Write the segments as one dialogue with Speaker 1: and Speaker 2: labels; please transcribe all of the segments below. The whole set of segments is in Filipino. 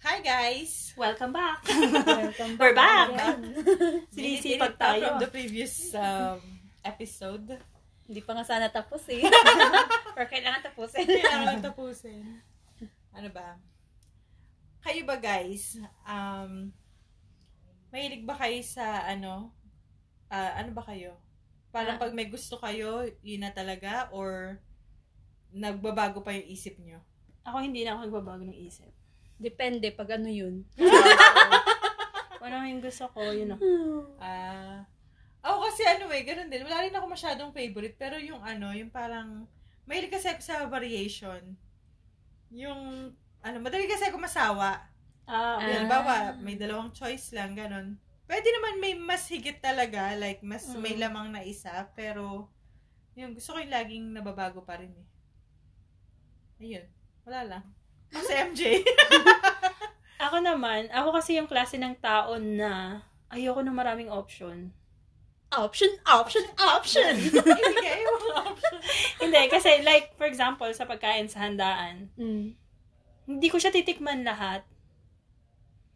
Speaker 1: Hi guys!
Speaker 2: Welcome back!
Speaker 3: Welcome
Speaker 2: We're back!
Speaker 3: again.
Speaker 2: Sinisipag
Speaker 1: Pinipilit pa
Speaker 2: tayo.
Speaker 1: from the previous um, episode.
Speaker 3: Hindi pa nga sana tapos eh. Or kailangan tapusin.
Speaker 1: Kailangan tapusin. Ano ba? Kayo ba guys, um, mahilig ba kayo sa ano, ah, ano ba kayo? Parang
Speaker 3: Ah.
Speaker 1: pag may gusto kayo, yun na talaga or nagbabago pa yung isip nyo?
Speaker 2: Ako hindi na ako nagbabago ng isip.
Speaker 3: Depende pag ano yun.
Speaker 2: Kung ano yung gusto ko, yun ako.
Speaker 3: Hmm.
Speaker 1: Ah, ako kasi ano eh, ganun din. Wala rin ako masyadong favorite, pero yung ano, yung parang, mahilig kasi ako sa variation. Yung, ano, madali kasi ako masawa.
Speaker 2: Ah,
Speaker 3: Ah.
Speaker 2: okay.
Speaker 1: Halimbawa, may dalawang choice lang, ganun. Pwede naman may mas higit talaga, like, mas may
Speaker 2: Mm.
Speaker 1: lamang na isa, pero, yung gusto ko yung laging nababago pa rin eh. Ayun, wala lang. Ako sa MJ.
Speaker 2: Ako naman, ako kasi yung klase ng tao na ayoko ng maraming option.
Speaker 3: Option, option, option!
Speaker 1: Ibigay mo.
Speaker 2: hindi, kasi like, for example, sa pagkain sa handaan,
Speaker 3: mm.
Speaker 2: hindi ko siya titikman lahat.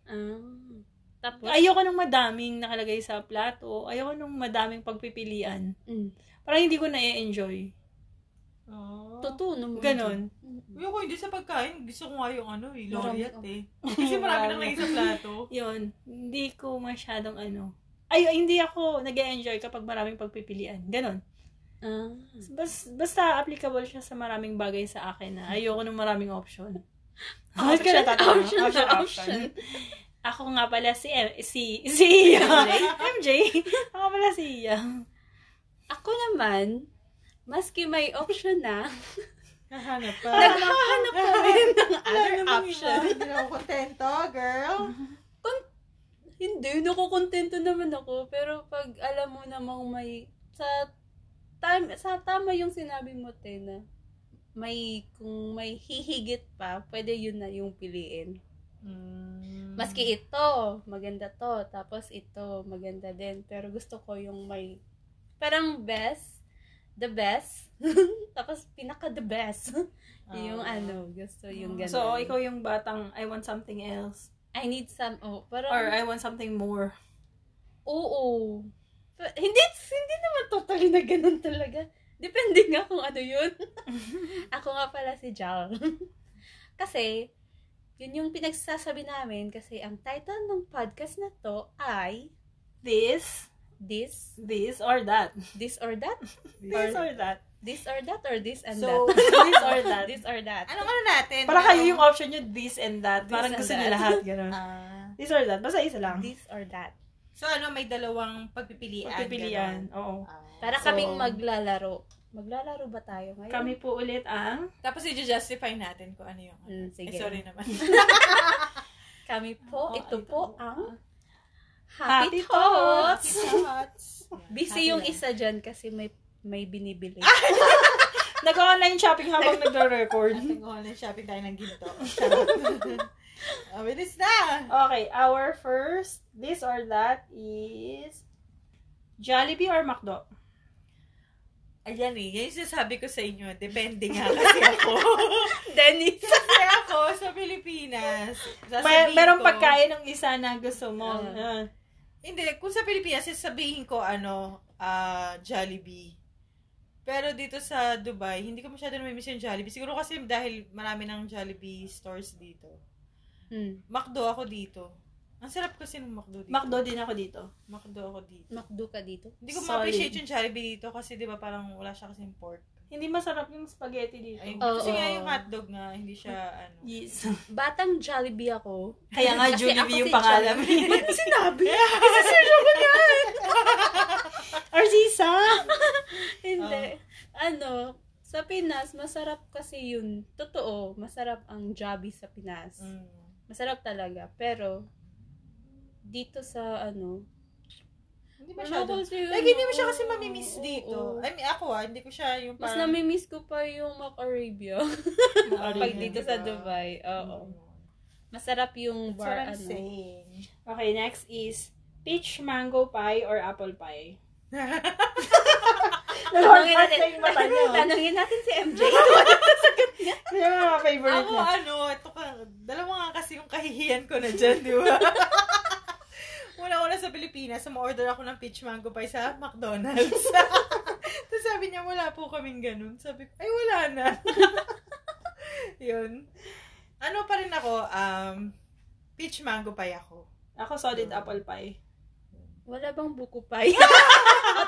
Speaker 3: Ah. tapos?
Speaker 2: Ayoko ng madaming nakalagay sa plato. Ayoko ng madaming pagpipilian.
Speaker 3: Mm.
Speaker 2: Parang hindi ko na-enjoy.
Speaker 1: Oh.
Speaker 3: Tutunan mo.
Speaker 2: Ganon.
Speaker 3: Mm.
Speaker 1: Yung ko hindi sa pagkain, gusto ko nga yung ano, eh, laureate eh. Kasi
Speaker 2: Kasi
Speaker 1: marami na kayo sa plato.
Speaker 2: Yun. Hindi ko masyadong ano. Ay, hindi ako nag enjoy kapag maraming pagpipilian. Ganon.
Speaker 3: Ah.
Speaker 2: Bas, basta applicable siya sa maraming bagay sa akin na ayoko ng maraming option. Bakit ka
Speaker 3: Option,
Speaker 2: natatanong?
Speaker 3: Ah, option, option.
Speaker 2: Ako nga pala si, M- si, si Iya.
Speaker 3: MJ?
Speaker 2: MJ? Ako pala si Iya.
Speaker 3: Ako naman, maski may option na,
Speaker 1: Hahanap pa.
Speaker 3: naghahanap pa rin ng other option.
Speaker 1: Hindi na ako kontento, girl.
Speaker 3: Hindi, nakukontento naman ako. Pero pag alam mo namang may, sa, tam, sa tama yung sinabi mo, Tena, may, kung may hihigit pa, pwede yun na yung piliin. Maski
Speaker 2: Mm.
Speaker 3: ito, maganda to, tapos ito, maganda din. Pero gusto ko yung may, parang best, the best, tapos pinaka the best. yung ano, gusto yung ganun.
Speaker 2: Ah. So, ikaw yung batang I want something else.
Speaker 3: I need some, oh, parang,
Speaker 2: Or I want something more.
Speaker 3: Oo. But, hindi, hindi naman totally na ganun talaga. Depende nga kung ano yun. Ako nga pala si Jal. kasi, yun yung pinagsasabi namin kasi ang title ng podcast na to ay
Speaker 2: This,
Speaker 3: This,
Speaker 2: this, or that.
Speaker 3: This or That?
Speaker 2: This or that.
Speaker 3: This or That or This and
Speaker 1: So,
Speaker 3: That?
Speaker 2: This or that.
Speaker 3: This or That.
Speaker 1: Anong ano natin?
Speaker 2: Para kayo yung option nyo, this and that.
Speaker 3: This
Speaker 2: Parang
Speaker 3: and
Speaker 2: gusto
Speaker 3: that.
Speaker 2: nyo lahat. Ganun.
Speaker 1: Ah.
Speaker 2: This or that. Basta isa lang.
Speaker 3: This or That.
Speaker 1: so ano, may dalawang pagpipilian.
Speaker 2: Pagpipilian. Oo.
Speaker 1: ganun. Ah.
Speaker 3: Para
Speaker 2: So-
Speaker 3: kaming maglalaro. Maglalaro ba tayo ngayon?
Speaker 2: Kami po ulit ang
Speaker 1: Tapos i-justify natin kung ano yung ano.
Speaker 3: Mm,
Speaker 1: Eh,
Speaker 3: sige.
Speaker 1: sorry naman.
Speaker 3: Kami po,
Speaker 2: Oo,
Speaker 3: ito
Speaker 2: ito
Speaker 3: po
Speaker 2: po
Speaker 3: ang
Speaker 2: Happy
Speaker 3: Happy, Tots!
Speaker 1: Shots.
Speaker 3: Busy yung isa dyan kasi may may binibili.
Speaker 1: Ah,
Speaker 2: nag-online shopping habang nagre-record.
Speaker 1: At nag-online shopping tayo ng ginto. Charot. Ah, bilis na!
Speaker 2: Okay, our first this or that is Jollibee or McDo?
Speaker 1: Ayan eh, yan yung sinasabi ko sa inyo. Depende nga kasi ako.
Speaker 3: Dennis!
Speaker 1: Kasi ako sa Pilipinas,
Speaker 2: May,
Speaker 1: sasabihin
Speaker 2: merong
Speaker 1: ko-
Speaker 2: pagkain ng isa na gusto mo.
Speaker 3: Ah.
Speaker 2: Ah.
Speaker 1: Hindi, kung sa Pilipinas, sasabihin ko, ano, ah, Jollibee. Pero dito sa Dubai, hindi ko masyado namimiss yung Jollibee. Siguro kasi dahil marami ng Jollibee stores dito.
Speaker 3: Hmm.
Speaker 1: McDo ako dito. Ang sarap kasi ng McDo dito.
Speaker 2: McDo din ako dito.
Speaker 1: McDo ako dito.
Speaker 3: Makdo ka dito?
Speaker 1: Hindi ko
Speaker 2: Solid.
Speaker 1: ma-appreciate yung Jollibee dito kasi di ba parang wala siya kasing pork.
Speaker 2: Hindi masarap yung spaghetti dito.
Speaker 1: Ay,
Speaker 3: Oo.
Speaker 1: kasi nga yung hotdog nga, hindi siya ano.
Speaker 2: Yes.
Speaker 3: Batang Jollibee ako.
Speaker 2: Kaya nga
Speaker 3: Kasi ako
Speaker 2: Jollibee yung
Speaker 3: si
Speaker 2: pangalan.
Speaker 3: Ba't sinabi?
Speaker 1: Ah.
Speaker 2: or Sisa.
Speaker 3: Hindi. Ano, sa Pinas, masarap kasi yun. Totoo, masarap ang Jollibee sa Pinas.
Speaker 1: Mm.
Speaker 3: Masarap talaga. Pero, dito sa ano,
Speaker 1: Hindi
Speaker 2: Ano
Speaker 3: wala
Speaker 1: masyado.
Speaker 3: kasi yun,
Speaker 1: Like, hindi mo siya
Speaker 3: oo,
Speaker 1: kasi mamimiss dito.
Speaker 3: oo.
Speaker 1: I mean, ako ah, hindi ko siya yung
Speaker 3: Mas
Speaker 1: parang...
Speaker 3: namimiss ko pa yung Mac Arabia.
Speaker 1: yun,
Speaker 3: Pag dito
Speaker 1: di
Speaker 3: sa
Speaker 1: ba?
Speaker 3: Dubai. Oo.
Speaker 1: Mm.
Speaker 3: Masarap yung
Speaker 1: That's what
Speaker 3: bar,
Speaker 1: I'm
Speaker 3: ano.
Speaker 1: saying.
Speaker 2: Okay, next is peach mango pie or apple pie.
Speaker 3: Tanungin
Speaker 2: Nalawang part
Speaker 3: natin,
Speaker 2: na yung mata oh. niyo.
Speaker 3: tanungin natin si MJ.
Speaker 2: Yun Yung mga favorite
Speaker 1: Ako
Speaker 2: niya.
Speaker 1: ano, ito ka, dalawa nga kasi yung kahihiyan ko na dyan, di ba? Mula-una sa Pilipinas, ma-order ako ng peach mango pie sa McDonald's. Tapos sabi niya, wala po kaming ganun. Sabi ko, ay, wala na. Yun. Ano pa rin ako, um, peach mango pie ako.
Speaker 2: Ako solid apple pie.
Speaker 3: Wala bang buko pie?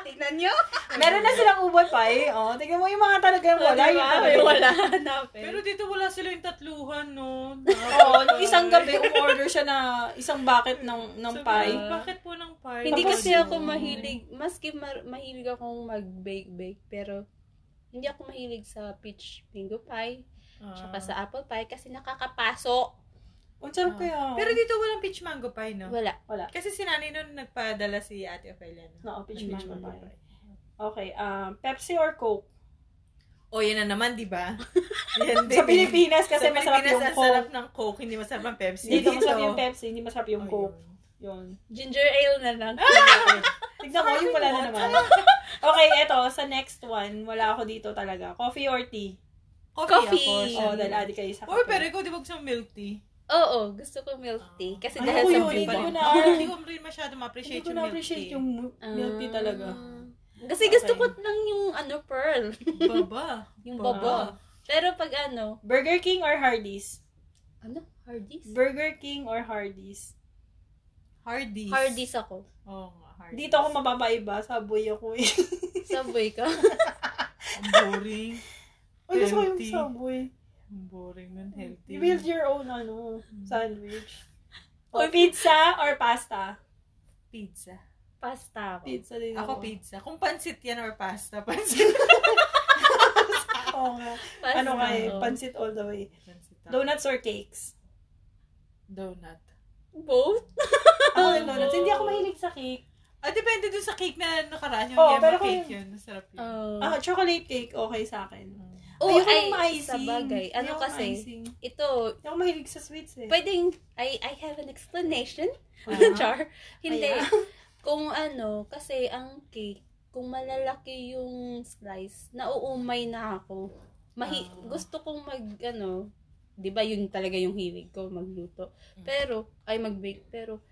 Speaker 3: Tingnan nyo.
Speaker 2: Meron na silang uboy pie. Oh, tingnan mo yung mga talaga
Speaker 3: Ah,
Speaker 2: yung wala. Yung talaga yung
Speaker 3: wala. Hanapin.
Speaker 1: Pero dito wala sila yung tatluhan, no?
Speaker 2: Oo, nung isang gabi, umorder siya na isang bucket ng, ng
Speaker 1: Sabi ko,
Speaker 2: pie.
Speaker 1: Bakit po ng pie?
Speaker 3: Hindi
Speaker 2: Tapos
Speaker 3: kasi
Speaker 2: yun.
Speaker 3: ako mahilig, maski mar- mahilig akong mag-bake-bake, pero hindi ako mahilig sa peach mango pie,
Speaker 1: Ah.
Speaker 2: Ah.
Speaker 3: tsaka sa apple pie, kasi nakakapaso.
Speaker 2: Ang sarap
Speaker 1: Oo.
Speaker 2: kaya.
Speaker 1: Pero dito walang peach mango pie, no?
Speaker 3: Wala.
Speaker 2: wala.
Speaker 1: Kasi si nanay nun nagpadala si Ate Ophelia. No?
Speaker 2: No, oh, peach
Speaker 1: Ng
Speaker 2: mango pie. Okay, um, Pepsi or Coke?
Speaker 1: O, yan na naman, di ba? Yan din.
Speaker 2: Sa Pilipinas
Speaker 1: Sa
Speaker 2: kasi masarap
Speaker 1: Pilipinas,
Speaker 2: yung
Speaker 1: ang sarap
Speaker 2: Coke.
Speaker 1: ng Coke, hindi masarap ang Pepsi.
Speaker 2: Dito masarap yung Pepsi, hindi masarap
Speaker 1: Oh,
Speaker 2: yung Coke. Yun.
Speaker 3: Ginger ale na lang.
Speaker 2: Tignan mo, yung pala na naman. Okay, eto, sa next one, wala ako dito talaga. Coffee or tea?
Speaker 1: Coffee.
Speaker 3: Coffee.
Speaker 1: ako,
Speaker 2: Oh, dahil adi kayo sa
Speaker 1: Or
Speaker 2: kape.
Speaker 1: Mm. pero ikaw, di ba gusto mong milk tea?
Speaker 3: Oo, gusto ko milk tea. Kasi
Speaker 2: Ano
Speaker 3: dahil
Speaker 2: ko
Speaker 3: sa
Speaker 2: yun?
Speaker 3: biba.
Speaker 2: Hindi ko na-
Speaker 1: Ako, hindi ko rin masyado
Speaker 2: Hindi
Speaker 1: ma-appreciate
Speaker 2: ko
Speaker 1: yung milk
Speaker 2: na-appreciate
Speaker 1: tea.
Speaker 2: yung mu- milk tea talaga.
Speaker 3: Ah. Kasi gusto
Speaker 1: Okay.
Speaker 3: ko lang yung ano, pearl.
Speaker 1: Baba.
Speaker 3: Yung
Speaker 1: Baba.
Speaker 3: baba. Pero pag ano,
Speaker 2: Burger King or Hardee's?
Speaker 3: ano? Hardee's?
Speaker 2: Burger King or Hardee's?
Speaker 1: Hardee's.
Speaker 3: Hardee's ako.
Speaker 1: Oo nga, Hardee's.
Speaker 2: Dito ako mababaiba, saboy ako eh.
Speaker 3: Subway ka.
Speaker 1: Ang boring.
Speaker 2: Ay, gusto ko yung
Speaker 1: Healthy.
Speaker 2: saboy.
Speaker 1: Ang boring nun, healthy.
Speaker 2: You build your own, ano, sandwich. Oh. Or
Speaker 3: Or
Speaker 2: pizza or pasta?
Speaker 1: Pizza.
Speaker 3: Pasta ako.
Speaker 2: Pizza din
Speaker 1: Ako
Speaker 2: ako.
Speaker 1: pizza. Kung pansit yan or pasta, pansit.
Speaker 2: Oo nga.
Speaker 3: Pasta
Speaker 2: Ano ka eh,
Speaker 3: ako.
Speaker 2: pansit all the way.
Speaker 1: pansit ako.
Speaker 2: Donuts or cakes?
Speaker 1: Donut.
Speaker 3: Both?
Speaker 2: Ako din donuts. Hindi ako mahilig sa cake.
Speaker 1: Ah, depende dun sa cake na nakaraan yung
Speaker 2: Oo,
Speaker 1: yema
Speaker 2: pero kung
Speaker 1: cake
Speaker 2: yung-
Speaker 1: yun. Masarap yun.
Speaker 3: Oo.
Speaker 2: Ah, chocolate cake, okay sa akin.
Speaker 3: Mm. Oh,
Speaker 2: Ayoko
Speaker 3: ay,
Speaker 2: ng maicing.
Speaker 3: sa bagay. Ano
Speaker 2: Ayoko ng
Speaker 3: kasi?
Speaker 2: maicing.
Speaker 3: Ito,
Speaker 2: Hindi ako mahilig sa sweets eh.
Speaker 3: pwedeng, I, I have an explanation,
Speaker 1: Ah.
Speaker 3: Char. Hindi.
Speaker 2: Ayan.
Speaker 3: Kung ano, kasi ang cake, kung malalaki yung slice, nauumay na ako. Mahi-
Speaker 1: Ah.
Speaker 3: Gusto kong mag, ano, di ba yun talaga yung hilig ko, magluto. Pero, ay mag-bake, pero,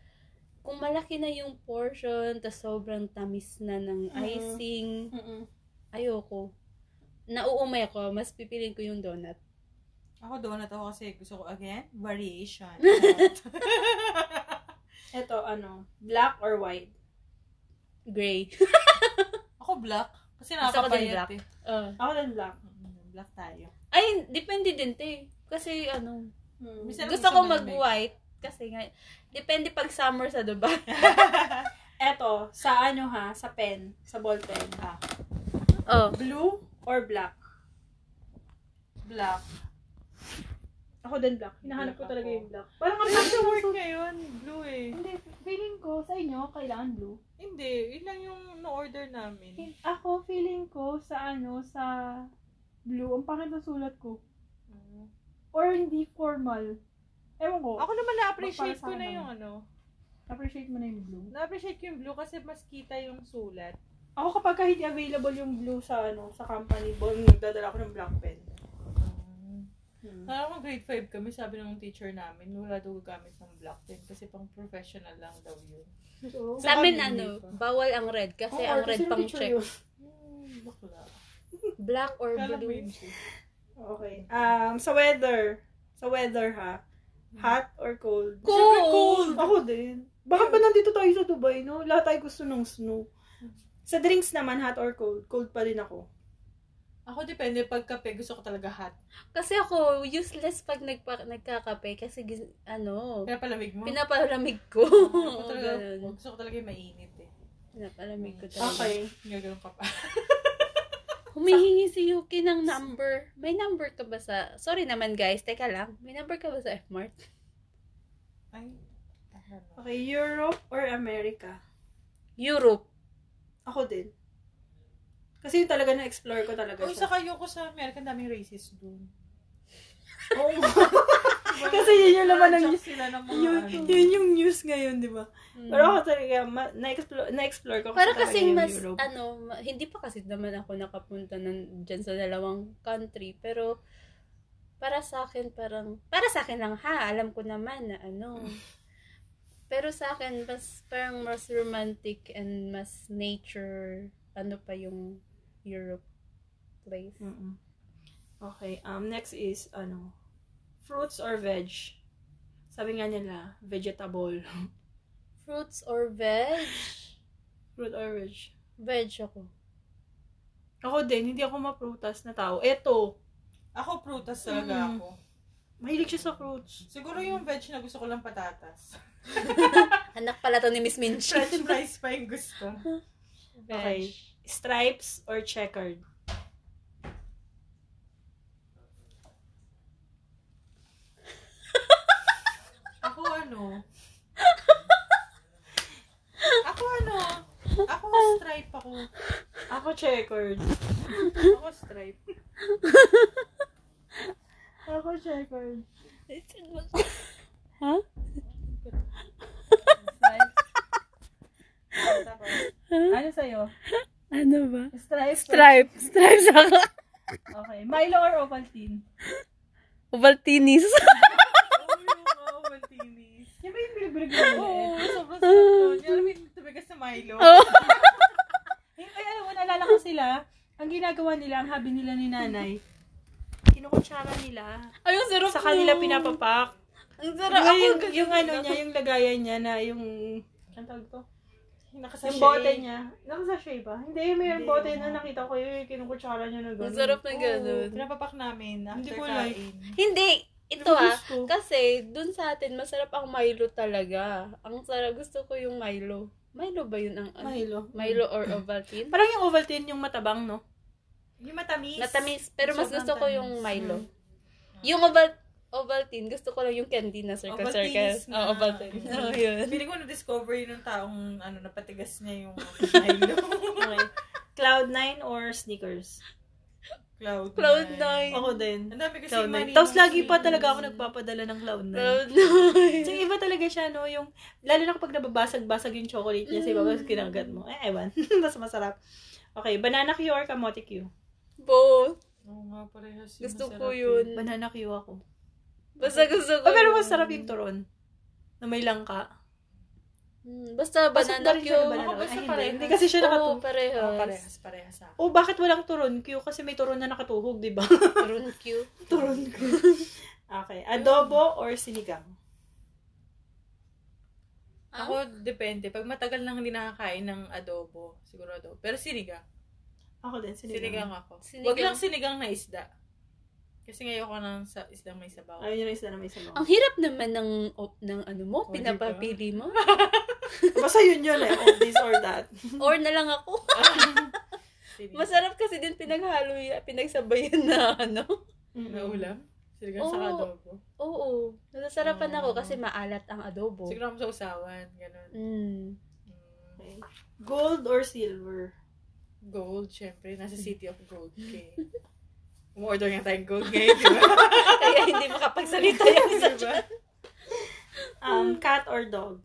Speaker 3: kung malaki na yung portion, tas sobrang tamis na ng
Speaker 2: Mhm.
Speaker 3: icing,
Speaker 2: Mm-mm.
Speaker 3: ayoko. Nauumay ako, mas pipiliin ko yung donut.
Speaker 1: Ako donut ako kasi gusto ko, again, variation.
Speaker 2: Ito, ano, black or white?
Speaker 3: Gray.
Speaker 1: ako black. Kasi
Speaker 3: Gusto ko din
Speaker 1: nakakapayat
Speaker 3: black.
Speaker 1: eh.
Speaker 3: Ah.
Speaker 2: Ako din black.
Speaker 1: Mm, Black tayo.
Speaker 3: Ay, depende din, te. Kasi, ano,
Speaker 2: Hmm.
Speaker 1: Minsan- Pero
Speaker 3: gusto
Speaker 1: gusto
Speaker 3: ko
Speaker 1: mo yung
Speaker 3: mag-white. Kasi nga, depende pag summer sa Dubai.
Speaker 2: Eto, sa ano ha, sa pen, sa ball pen.
Speaker 1: Ah,
Speaker 3: oh.
Speaker 2: Blue or black?
Speaker 1: black.
Speaker 2: Ako din black. Hinahanap ko
Speaker 1: Black
Speaker 2: talaga
Speaker 1: ako.
Speaker 2: yung black. Parang ang
Speaker 1: Ano
Speaker 2: black
Speaker 1: sa work ngayon? Blue eh.
Speaker 2: Hindi, feeling ko sa inyo, kailangan blue.
Speaker 1: Hindi, yun lang yung na-order namin.
Speaker 2: Hin- Ako, feeling ko sa ano, sa blue, ang pangit ng sulat ko. Or hindi formal. Ewan ko.
Speaker 1: Mm. Ako naman na-appreciate
Speaker 2: Para sa
Speaker 1: ko na
Speaker 2: akin
Speaker 1: yung ano.
Speaker 2: Appreciate mo na yung blue.
Speaker 1: Na-appreciate ko yung blue kasi mas kita yung sulat.
Speaker 2: Ako kapag ka hindi available yung blue sa ano, sa company ball, nagdadala ako ng black pen. Hmm.
Speaker 1: Parang kung grade 5 kami, sabi ng teacher namin, wala daw gagamit ng black pen kasi pang professional lang daw yun.
Speaker 2: So,
Speaker 1: Sa
Speaker 3: Sa amin,
Speaker 1: amin,
Speaker 3: ano,
Speaker 1: hindi pa.
Speaker 3: bawal ang red. Kasi
Speaker 2: oo,
Speaker 3: ang red
Speaker 2: sino
Speaker 3: pang
Speaker 2: picture
Speaker 3: check.
Speaker 2: yun?
Speaker 1: Hmm, bakla.
Speaker 3: Black or
Speaker 1: Kala mo
Speaker 3: blue.
Speaker 1: yun siya.
Speaker 2: Okay. Um, sa weather. Sa weather ha. Hot or cold?
Speaker 3: Cold!
Speaker 2: Siyempre cold! Ako din. Bakit ba nandito tayo sa Dubai, no? Lahat tayo gusto ng snow. Sa drinks naman, hot or cold? Cold pa rin ako.
Speaker 1: Ako depende pag kape, gusto ko talaga hot.
Speaker 3: Kasi ako, useless pag nagpa- nagkakape. Kasi, gis- ano,
Speaker 1: Pinapalamig mo?
Speaker 3: pinapalamig ko.
Speaker 1: Gusto ko talaga,
Speaker 3: Ganun.
Speaker 1: gusto ko talaga yung mainit eh.
Speaker 3: Pinapalamig ko talaga.
Speaker 2: Okay.
Speaker 1: Gagano'n ka pa.
Speaker 3: Humihingi si Yuki ng number. May number ka ba sa... Sorry naman guys, teka lang. May number ka ba sa F-Mart?
Speaker 1: Ay, tama na.
Speaker 2: Okay, Europe or America?
Speaker 3: Europe.
Speaker 2: Ako din. Kasi yun talaga na-explore ko talaga
Speaker 1: Uy,
Speaker 2: siya.
Speaker 1: saka yung ko sa American, daming racist dun.
Speaker 2: Oo nga. Kasi yun yung laman ng-
Speaker 1: Joke sila ng mga
Speaker 2: yun,
Speaker 1: ano.
Speaker 2: yun yung news ngayon, di ba?
Speaker 3: Mm.
Speaker 2: Pero ako talaga, ma- na-explore, na-explore ko.
Speaker 3: Para
Speaker 2: talaga
Speaker 3: kasing
Speaker 2: yung
Speaker 3: mas,
Speaker 2: Europe.
Speaker 3: ano, ma- hindi pa kasi naman ako nakapunta ng, dyan sa dalawang country. Pero, para sa akin parang, para sa akin lang ha, alam ko naman na ano. Pero sa akin, mas parang mas romantic and mas nature, ano pa yung Europe place.
Speaker 2: Mm-mm. Okay, um, next is, ano, fruits or veg? Sabi nga nila, vegetable.
Speaker 3: Fruits or veg?
Speaker 2: Fruit or veg?
Speaker 3: Veg ako.
Speaker 2: Ako din, hindi ako maprutas na tao. Eto,
Speaker 1: Ako, prutas talaga
Speaker 2: Mm.
Speaker 1: ako.
Speaker 2: mahilig siya sa fruits.
Speaker 1: Siguro yung veg na gusto ko lang patatas.
Speaker 3: Anak pala to ni Miss Minchi.
Speaker 1: French fries pa yung gusto.
Speaker 3: Veg.
Speaker 2: Okay. Stripes or checkered?
Speaker 1: Ako ano? Ako ano? Ako stripe ako.
Speaker 2: Ako checkered.
Speaker 1: Ako stripe.
Speaker 4: Ako checkered.
Speaker 3: Huh?
Speaker 4: ano sa'yo?
Speaker 3: Ano ba?
Speaker 4: Stripe?
Speaker 3: Stripe. Stripes ako.
Speaker 4: Okay. Milo or Ovaltine?
Speaker 3: Ovaltinis.
Speaker 1: Oo, oh, maltinis.
Speaker 4: Yan ba yung binibrig mo na
Speaker 1: Oo,
Speaker 2: Oh.
Speaker 4: eh?
Speaker 1: sobrang sarap nun. Yung alam mo yung tumigas na Milo.
Speaker 3: Oo.
Speaker 4: Ay, ay, alam mo, naalala ko sila. Ang ginagawa nila, ang habi nila ni nanay.
Speaker 2: Kinukutsara nila.
Speaker 3: Ay, ang sarap
Speaker 2: Sa kanila
Speaker 3: nun.
Speaker 2: pinapapak.
Speaker 3: Ang sarap.
Speaker 2: Pero
Speaker 3: Ako,
Speaker 2: yung,
Speaker 3: ganun-
Speaker 2: yung ano niya, yung lagayan niya na yung... Ang tawag to?
Speaker 1: Nakasashay.
Speaker 2: Yung bote niya. Nakasashay ba? Hindi, may
Speaker 1: Hindi,
Speaker 2: bote
Speaker 1: oo.
Speaker 2: na nakita ko yung ano. kinukutsara niya na gano'n.
Speaker 3: Ang sarap na
Speaker 1: Oo,
Speaker 3: ganun.
Speaker 1: pinapapak namin after
Speaker 2: Hindi ko
Speaker 1: kain.
Speaker 2: like.
Speaker 3: Hindi. Ito
Speaker 2: Pero
Speaker 3: ah.
Speaker 2: gusto.
Speaker 3: Kasi, dun sa atin, masarap ang Milo talaga. Ang sarap. Gusto ko yung Milo. Milo ba yun ang ano?
Speaker 2: Milo.
Speaker 3: Milo or Ovaltine?
Speaker 2: Parang yung Ovaltine yung matabang, no?
Speaker 1: Yung matamis.
Speaker 3: Natamis. Pero mas
Speaker 1: Sobrang
Speaker 3: gusto ko
Speaker 1: tamis.
Speaker 3: yung Milo. Yung Oval Ovaltine, gusto ko lang yung candy na circle circle.
Speaker 1: Ovaltinis na.
Speaker 3: Oh, Ovaltine. Oo, yun.
Speaker 1: Feeling ko na-discover yun ng taong ano, napatigas niya yung Milo.
Speaker 2: Okay. Cloud9 or Sneakers?
Speaker 1: Cloud,
Speaker 3: Cloud
Speaker 1: nine.
Speaker 3: nine.
Speaker 2: Ako din.
Speaker 1: Ang dami kasi
Speaker 2: Cloud9.
Speaker 1: maninong
Speaker 2: Tapos lagi pa
Speaker 1: sneakers.
Speaker 2: talaga ako nagpapadala ng Cloud9.
Speaker 3: Proud
Speaker 2: So, yung iba talaga siya, no? Yung, lalo na kapag nababasag-basag yung chocolate niya sa iba, mas kinagat mo. Eh, ewan. Basta masarap. Okay, banana Q or kamote Q?
Speaker 3: Both.
Speaker 1: Oo nga, parehas yun.
Speaker 3: Gusto
Speaker 1: Masarap eh.
Speaker 3: ko yun.
Speaker 2: Banana Q ako.
Speaker 3: Basta gusto ko
Speaker 2: Oh, pero
Speaker 3: yun.
Speaker 2: masarap yung turon. Na may langka.
Speaker 3: Hmm, Basta
Speaker 2: Pasok
Speaker 3: banana
Speaker 2: na rin
Speaker 3: Q.
Speaker 2: siya ng banana.
Speaker 1: Ako ba
Speaker 2: Ay,
Speaker 1: sa
Speaker 2: hindi.
Speaker 1: parehas?
Speaker 2: Hindi kasi siya
Speaker 3: Oo,
Speaker 2: nakatuhog.
Speaker 1: eh. Oo,
Speaker 3: Ah, parehas.
Speaker 1: parehas, parehas ah. ako.
Speaker 2: Oh, bakit walang turon Q? Kasi may turon na nakatuhog, di ba?
Speaker 3: Turun Q.
Speaker 2: turon Q. okay. Adobo or sinigang?
Speaker 3: Ah?
Speaker 1: Ako, depende. Pag matagal nang hindi nakakain ng adobo, siguro adobo. Pero sinigang.
Speaker 2: Ako din,
Speaker 1: Sinigang,
Speaker 2: sinigang.
Speaker 1: ako.
Speaker 3: Ano Sinigang.
Speaker 1: Wag lang sinigang na isda. Kasi ngayon ko ng sa isdang may sabaw.
Speaker 2: Ayun yun ang isa na may sabaw.
Speaker 3: Ang hirap naman ng, op, ng ano mo,
Speaker 1: Oh,
Speaker 3: pinapapili mo.
Speaker 2: Basta yun yun eh. Oh, this or that.
Speaker 3: Or na lang ako.
Speaker 1: Sinigang.
Speaker 3: Masarap kasi din pinaghalo yan, pinagsabayan na ano.
Speaker 1: na ulam. Sinigang
Speaker 3: Oo.
Speaker 1: sa adobo.
Speaker 3: Oo,
Speaker 1: Oh.
Speaker 3: nasasarapan ako kasi maalat ang adobo.
Speaker 1: Siguro ako sa usawan. Ganun.
Speaker 3: Mm.
Speaker 1: Mm.
Speaker 2: Okay. Gold or silver?
Speaker 1: Gold, syempre. Nasa City of Gold. Okay. Umorder nga tayong gold ngayon, di ba?
Speaker 3: Kaya hindi makapagsalita yung isa.
Speaker 1: Di ba?
Speaker 2: Um, cat or dog?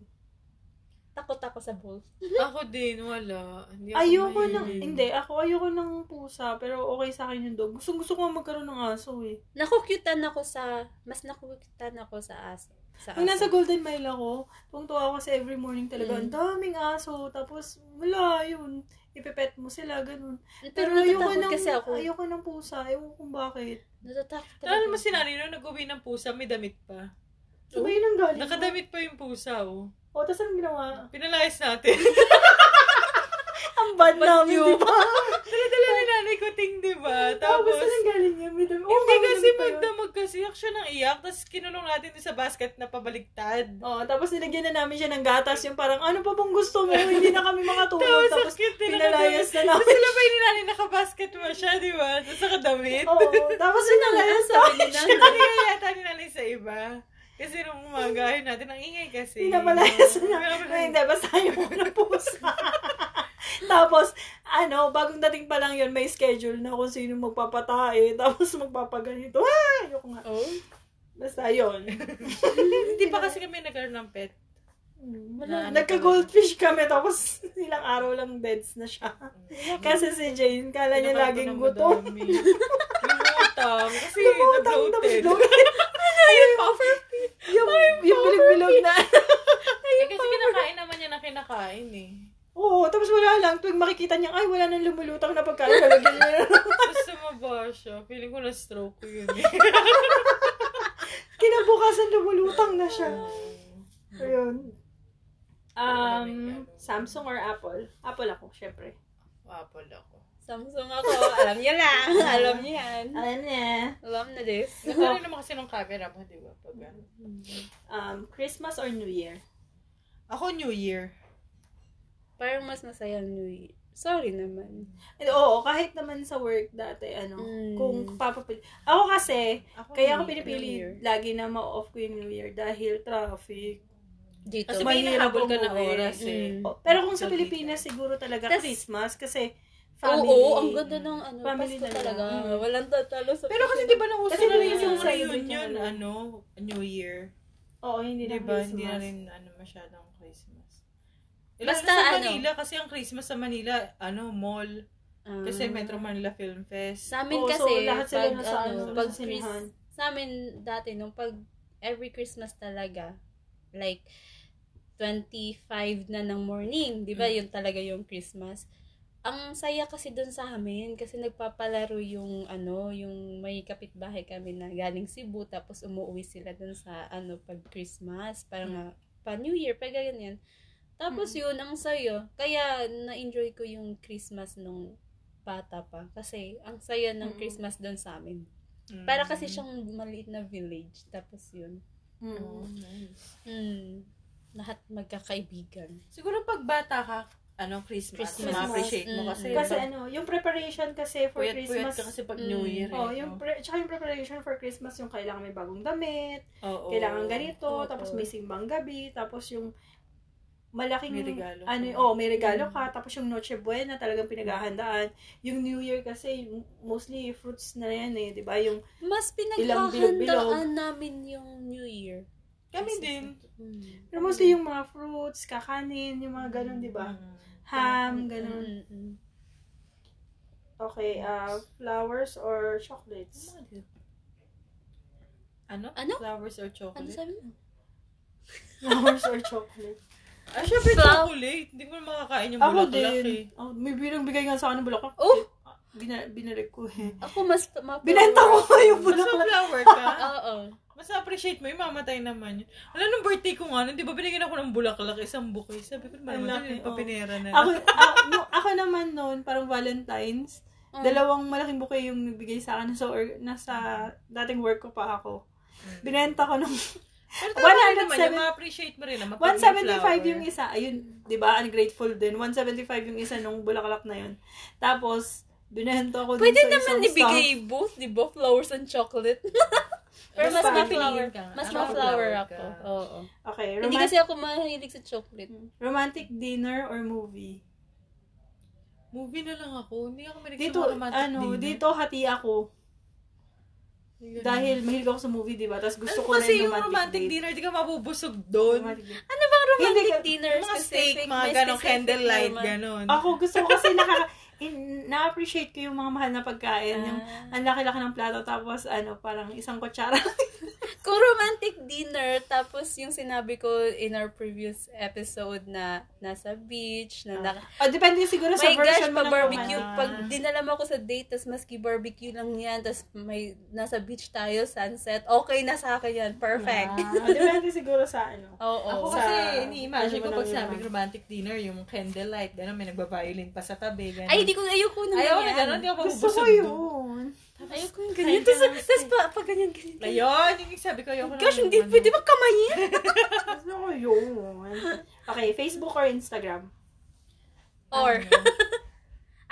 Speaker 3: Takot ako sa bowl.
Speaker 1: Ako din, wala. Hindi ako
Speaker 2: Ayoko
Speaker 1: mahilig.
Speaker 2: ng, Hmm. hindi, ako ayoko ng pusa, pero okay sa akin yung dog. Gusto, gusto ko nga magkaroon ng aso eh.
Speaker 3: Nakukyutan ako sa, mas nakukyutan ako sa aso. Sa
Speaker 2: Pag nasa
Speaker 3: aso.
Speaker 2: Golden Mile ako, tuwang-tuwa ako kasi every morning talaga,
Speaker 3: Mm.
Speaker 2: ang daming aso, tapos wala, yun, ipipet mo sila, ganun.
Speaker 3: Pero
Speaker 2: Pero ayoko
Speaker 3: natatakot
Speaker 2: ng,
Speaker 3: kasi ako.
Speaker 2: ayoko ng pusa, ewan ko kung bakit.
Speaker 3: Natatakot talaga.
Speaker 1: Alam mo si Nani, nung nag-uwi ng pusa, may damit pa.
Speaker 2: So, ba yun ang galing?
Speaker 1: Nakadamit pa yung pusa, oh.
Speaker 2: O, tapos anong ginawa?
Speaker 1: Pinalayas natin.
Speaker 2: Ang bad namin, di
Speaker 3: yun?
Speaker 2: ba?
Speaker 1: Dala ni Nanay Kuting, di ba?
Speaker 2: Tapos,
Speaker 1: Tapos,
Speaker 2: anong galing niya? May dami. oh,
Speaker 1: hindi
Speaker 2: may
Speaker 1: kasi
Speaker 2: damit pa yun.
Speaker 1: magdamag kasi. Action ng iyak. Tapos kinulong natin doon sa basket na pabaligtad.
Speaker 2: Oo, tapos nilagyan na namin siya ng gatas, yung parang, ano pa bang gusto mo? Hindi na kami makatulog.
Speaker 1: Tapos,
Speaker 2: tapos,
Speaker 1: ang cute din.
Speaker 2: pinalayas na
Speaker 1: Tapos
Speaker 2: namin.
Speaker 1: labay ni Nanay nakabasket mo siya, di ba? Tapos nakadamit.
Speaker 2: Oo, tapos pinalayas
Speaker 3: Sabi ni
Speaker 2: namin.
Speaker 3: Nana.
Speaker 1: Hindi kaya yata ni Nanay sa iba. Kasi nung umaga, yun natin, ang ingay kasi.
Speaker 2: Pinapalayas
Speaker 1: Oo,
Speaker 2: na
Speaker 1: pinapalayas.
Speaker 2: namin. Hindi, basta ayaw ko ng pusa. tapos, ano, bagong dating pa lang yun, may schedule na kung sino magpapatae, tapos magpapaganito. Ah, ayoko nga.
Speaker 3: Oh,
Speaker 2: Basta yun.
Speaker 1: Hindi pa kasi kami nagkaroon ng pet.
Speaker 3: Wala.
Speaker 2: Nagka-goldfish kami, tapos ilang araw lang deads na siya. Kasi si Jane, kala niya
Speaker 1: Kinakain ko
Speaker 2: laging
Speaker 1: ng
Speaker 2: gutom.
Speaker 1: madami. Yung utang. Kasi
Speaker 2: Lumutang na
Speaker 1: nag-bloated.
Speaker 2: Ayun, puffer Yung, yung bilog-bilog na.
Speaker 1: Eh, kasi kinakain naman niya na kinakain eh.
Speaker 2: Oo, tapos wala lang. Tuwing makikita niya, ay, wala nang lumulutang na pagkain. Lalagyan niya na.
Speaker 1: Gusto mo ba siya? Feeling ko na-stroke ko yun eh.
Speaker 2: Kinabukasan, lumulutang na siya. Ayun. Oh. Um, Samsung or Apple? Apple ako, syempre.
Speaker 1: Wapol ako.
Speaker 3: Samsung ako. Alam niya lang. Alam niya yan.
Speaker 2: Alam niya.
Speaker 3: Alam na this.
Speaker 1: Nagkaroon naman kasi ng camera mo, di ba? Pag, ano.
Speaker 2: Um, Christmas or New Year?
Speaker 1: Ako, New Year.
Speaker 3: Parang mas masaya ang New Year. Sorry naman.
Speaker 2: Eh, oo, kahit naman sa work dati, ano,
Speaker 3: Mm.
Speaker 2: kung papapili. Ako kasi,
Speaker 1: Ako,
Speaker 2: kaya ako
Speaker 1: New Year.
Speaker 2: pinipili
Speaker 3: New Year.
Speaker 2: lagi na ma-off ko yung New Year dahil traffic.
Speaker 3: Dito.
Speaker 1: Kasi
Speaker 3: Kasi
Speaker 1: may
Speaker 2: Mahirap
Speaker 1: hinahabol ka na
Speaker 2: umuwi.
Speaker 1: oras eh.
Speaker 3: Mm.
Speaker 2: O, pero kung sa
Speaker 1: Lagi.
Speaker 2: Pilipinas, siguro talaga
Speaker 3: Tas-
Speaker 2: Christmas kasi
Speaker 3: Oo,
Speaker 2: family.
Speaker 3: ang ganda ng ano,
Speaker 2: Family
Speaker 3: Pasko
Speaker 2: na lang.
Speaker 3: talaga.
Speaker 2: Mm.
Speaker 3: Walang tatalo sa
Speaker 1: Pero kasi di ba nauso
Speaker 2: Kasi
Speaker 1: na rin
Speaker 2: yun
Speaker 1: yung
Speaker 2: yung celebrate
Speaker 1: reunion,
Speaker 2: naman.
Speaker 1: ano, New Year.
Speaker 2: Oo,
Speaker 1: Di
Speaker 2: hindi na
Speaker 1: ba?
Speaker 2: Christmas.
Speaker 1: Hindi na rin, ano, masyadong Christmas. Eh, Lalo
Speaker 3: Basta
Speaker 1: sa
Speaker 3: ano.
Speaker 1: Manila, kasi ang Christmas sa Manila, ano, mall.
Speaker 3: Ah.
Speaker 1: Kasi Metro Manila Film Fest.
Speaker 3: Sa amin
Speaker 2: Oo,
Speaker 3: kasi,
Speaker 2: Oh, so lahat sila
Speaker 3: pag,
Speaker 2: nasa
Speaker 3: ano,
Speaker 2: ano,
Speaker 3: pag
Speaker 2: nasa sinihan.
Speaker 3: Chris- sa amin dati, nung pag every Christmas talaga, like, 25 na ng morning, di
Speaker 1: Mm.
Speaker 3: ba?
Speaker 2: Hmm.
Speaker 3: Yun talaga yung Christmas. Ang saya kasi dun sa amin, kasi nagpapalaro yung, ano, yung may kapitbahay kami na galing Cebu, tapos umuwi sila dun sa, ano, pag
Speaker 2: Hmm.
Speaker 3: Christmas, parang, ah, pa New Year, pa ganyan. Tapos yun, ang sayo. Kaya, na-enjoy ko yung Christmas nung bata pa. Kasi, ang saya ng
Speaker 2: Mm.
Speaker 3: Christmas doon sa amin.
Speaker 1: Mm.
Speaker 3: Para kasi siyang maliit na village. Tapos yun.
Speaker 1: Oh,
Speaker 2: Mm.
Speaker 1: nice.
Speaker 3: Mm, lahat magkakaibigan.
Speaker 1: Siguro pag bata ka, ano, Christmas,
Speaker 3: Christmas.
Speaker 1: ma-appreciate mo
Speaker 3: Mm.
Speaker 1: kasi.
Speaker 2: Kasi ano, yung preparation kasi for
Speaker 1: Diba? puyat-puyat
Speaker 2: Christmas.
Speaker 1: ka kasi pag
Speaker 3: Mm.
Speaker 1: New Year.
Speaker 2: Oh,
Speaker 1: eh, no?
Speaker 2: yung pre- tsaka yung preparation for Christmas, yung kailangan may bagong damit,
Speaker 1: Oo.
Speaker 2: kailangan ganito,
Speaker 3: Oo.
Speaker 2: tapos may simbang gabi, tapos yung malaking
Speaker 1: May regalo. Mm.
Speaker 2: ano, oh, may regalo ka, tapos yung Noche Buena talagang pinaghahandaan. Yung New Year kasi yung- mostly fruits na yan eh, 'di ba? Yung
Speaker 3: Mas
Speaker 2: Ilang bilog-bilog.
Speaker 3: pinaghahandaan namin yung New Year.
Speaker 1: Kami
Speaker 3: Kasi-
Speaker 1: din.
Speaker 3: Mm.
Speaker 2: pero mostly yung mga fruits, kakanin, yung mga ganun, 'di ba?
Speaker 1: Mm.
Speaker 2: Ham, Um, ganun.
Speaker 3: Mm, mm, mm.
Speaker 2: Okay, uh, flowers or chocolates?
Speaker 1: Ano?
Speaker 3: Ano?
Speaker 1: Flowers or
Speaker 3: Ano
Speaker 1: chocolate?
Speaker 3: sabi mo?
Speaker 2: Flowers or chocolates?
Speaker 1: Ah, syempre
Speaker 3: Flow-
Speaker 1: chocolate. Hindi ko na makakain yung
Speaker 2: Ako
Speaker 1: bulaklak eh.
Speaker 2: din. Oh, may binang bigay nga sa akin ng bulaklak.
Speaker 3: Oh!
Speaker 2: Bina, binalik ko eh.
Speaker 3: Ako mas ma-
Speaker 2: Binenta ko pa yung
Speaker 1: Mas
Speaker 2: bulaklak.
Speaker 1: flower ka.
Speaker 3: Oo.
Speaker 1: Mas appreciate mo, yung mamatay naman yun. Alam, nung birthday ko nga, nun, di ba binigyan ako ng bulaklak, isang bouquet. Sabi ko, "Ano
Speaker 2: Ang
Speaker 1: naman,
Speaker 2: laki,
Speaker 1: naman,
Speaker 2: oh.
Speaker 1: papinera na.
Speaker 2: ako, ako, no- ako naman noon, parang Valentine's,
Speaker 3: Mm.
Speaker 2: dalawang malaking bouquet yung nagbigay sa akin. So, or, nasa dating work ko pa ako.
Speaker 1: Mm.
Speaker 2: Binenta ko ng
Speaker 1: Pero tama rin naman,
Speaker 2: 107
Speaker 1: yung ma-appreciate mo rin naman. pag may
Speaker 2: 175
Speaker 1: flower.
Speaker 2: yung isa. Ayun, di ba? Ungrateful din. 175 yung isa nung bulaklak na yun. Tapos, binenta ko dun
Speaker 3: Pwede
Speaker 2: sa
Speaker 3: naman
Speaker 2: isang
Speaker 3: ibigay
Speaker 2: staff.
Speaker 3: both, di ba? Flowers and chocolate. Pero
Speaker 1: Mas
Speaker 3: mas
Speaker 2: parang
Speaker 3: ma-flower.
Speaker 1: piliin ka nga.
Speaker 3: Mas
Speaker 1: Ah,
Speaker 3: ma-flower
Speaker 1: flower
Speaker 3: ako.
Speaker 1: ka.
Speaker 3: Oo.
Speaker 2: Okay,
Speaker 3: Hindi
Speaker 2: roman-
Speaker 3: kasi ako mahilig sa chocolate.
Speaker 2: romantic dinner or movie?
Speaker 1: Movie na lang ako. Hindi ako malig
Speaker 2: Dito, ano, dito hati ako. Dahil mahilig ako sa movie, di ba? Tapos gusto
Speaker 1: ano
Speaker 2: ko
Speaker 1: kasi
Speaker 2: rin
Speaker 1: yung romantic
Speaker 2: romantic date.
Speaker 1: dinner, di ka mabubusog doon.
Speaker 2: Romantic date.
Speaker 3: Ano bang romantic
Speaker 2: Hindi ka-
Speaker 3: dinner?
Speaker 1: Yung mga steak, mga ganon, candlelight, ganon.
Speaker 2: Ako gusto ko kasi naka, in- na-appreciate ko yung mga mahal na pagkain. Yung
Speaker 1: Ah.
Speaker 2: ang laki-laki ng plato tapos ano, parang isang kutsara.
Speaker 3: Kung romantic dinner, tapos yung sinabi ko in our previous episode na nasa beach, na naka-
Speaker 2: o Ah, depende siguro sa
Speaker 3: my gosh,
Speaker 2: version mo ng
Speaker 3: pa-barbecue.
Speaker 2: kumain.
Speaker 3: Pag dinala mo ako sa date, tas maski barbecue lang yan, tas may, nasa beach tayo, sunset, okay na sa akin yan. Perfect.
Speaker 2: Ah, depende siguro sa ano.
Speaker 3: Oo.
Speaker 1: Ako
Speaker 2: Sa-
Speaker 1: kasi, ini-imagine
Speaker 2: ano
Speaker 1: ko
Speaker 2: mo
Speaker 1: pag
Speaker 2: lang
Speaker 1: sinabing
Speaker 2: yun.
Speaker 1: romantic dinner, yung candlelight, gano'n, may nagbabayolin pa sa tabi, gano'n.
Speaker 3: Ay, di ko, ayoko naman
Speaker 1: Ayaw na
Speaker 3: yan.
Speaker 1: gano'n, di ako
Speaker 2: Gusto ko
Speaker 1: mabubusog doon.
Speaker 2: yun.
Speaker 3: Ayoko yung ganyan.
Speaker 1: Kain ka
Speaker 3: Tas,
Speaker 1: ng
Speaker 3: tas pa, pa ganyan, ganyan.
Speaker 1: Ayun, yung sabi ko, ayoko
Speaker 3: Gosh,
Speaker 1: naman
Speaker 3: hindi,
Speaker 1: ng ano.
Speaker 3: pwede ba kamayin?
Speaker 2: Gusto ko yun. Okay, Facebook or Instagram?
Speaker 3: Or,
Speaker 1: Ano?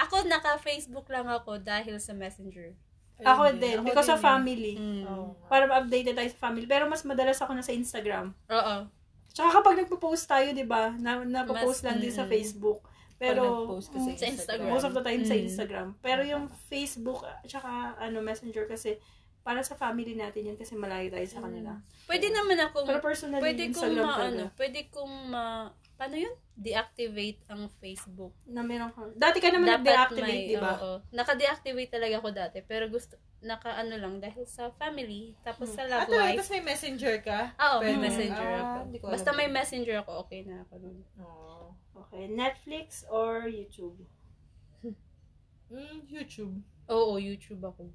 Speaker 3: ako naka-Facebook lang ako dahil sa Messenger.
Speaker 1: Ayun
Speaker 2: Ako din, because of
Speaker 3: um,
Speaker 1: din.
Speaker 2: family.
Speaker 3: Mm.
Speaker 1: Oo.
Speaker 2: Para ma-update tayo sa family. Pero mas madalas ako na sa Instagram.
Speaker 3: Oo.
Speaker 2: Tsaka kapag nagpo-post tayo, di ba? Na, napo-post
Speaker 3: Mas- mm.
Speaker 2: lang din sa
Speaker 3: mm-mm.
Speaker 2: Facebook. Pero, mm,
Speaker 1: Pag nag-post ka
Speaker 3: Mm, sa Instagram.
Speaker 2: most of the time sa
Speaker 3: Mm.
Speaker 2: Instagram. Pero yung Facebook at saka ano, Messenger kasi para sa family natin yun kasi malayo tayo sa kanila.
Speaker 3: Pwede naman akong
Speaker 1: ano
Speaker 2: Pero personally,
Speaker 3: Mm. pwede kong
Speaker 2: Instagram
Speaker 3: ma,
Speaker 2: talaga.
Speaker 3: ano, pwede kong ma, paano yun? Deactivate ang Facebook.
Speaker 2: Na meron ka. Dati ka naman nag-deactivate,
Speaker 3: may-
Speaker 2: di
Speaker 1: diba?
Speaker 2: ba?
Speaker 3: Oo. Naka-deactivate talaga ako dati. Pero gusto, naka-ano lang, dahil sa family, tapos sa
Speaker 1: Ah,
Speaker 3: love
Speaker 1: talaga,
Speaker 3: life.
Speaker 1: tapos may messenger ka?
Speaker 3: Ah, oo, may
Speaker 1: Pwede.
Speaker 3: messenger
Speaker 1: Ah,
Speaker 3: ako.
Speaker 1: hindi ko alam.
Speaker 3: Basta may messenger ako, okay na ako nun.
Speaker 1: Oo.
Speaker 2: Okay, Netflix or YouTube?
Speaker 1: Mm, YouTube.
Speaker 3: Oo, YouTube ako.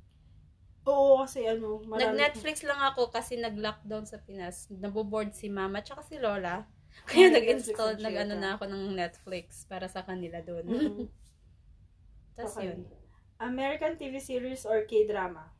Speaker 2: Oo, kasi ano, marami.
Speaker 3: Nag-Netflix lang ako kasi nag-lockdown sa Pinas. Naboboard si mama tsaka si lola. Kaya
Speaker 2: Ay,
Speaker 3: nag-install,
Speaker 2: Netflix and
Speaker 3: nag-ano
Speaker 2: chill
Speaker 3: na ako ng Netflix para sa kanila doon.
Speaker 2: Mm,
Speaker 3: Tapos
Speaker 2: okay.
Speaker 3: yun.
Speaker 2: American TV series or K-drama?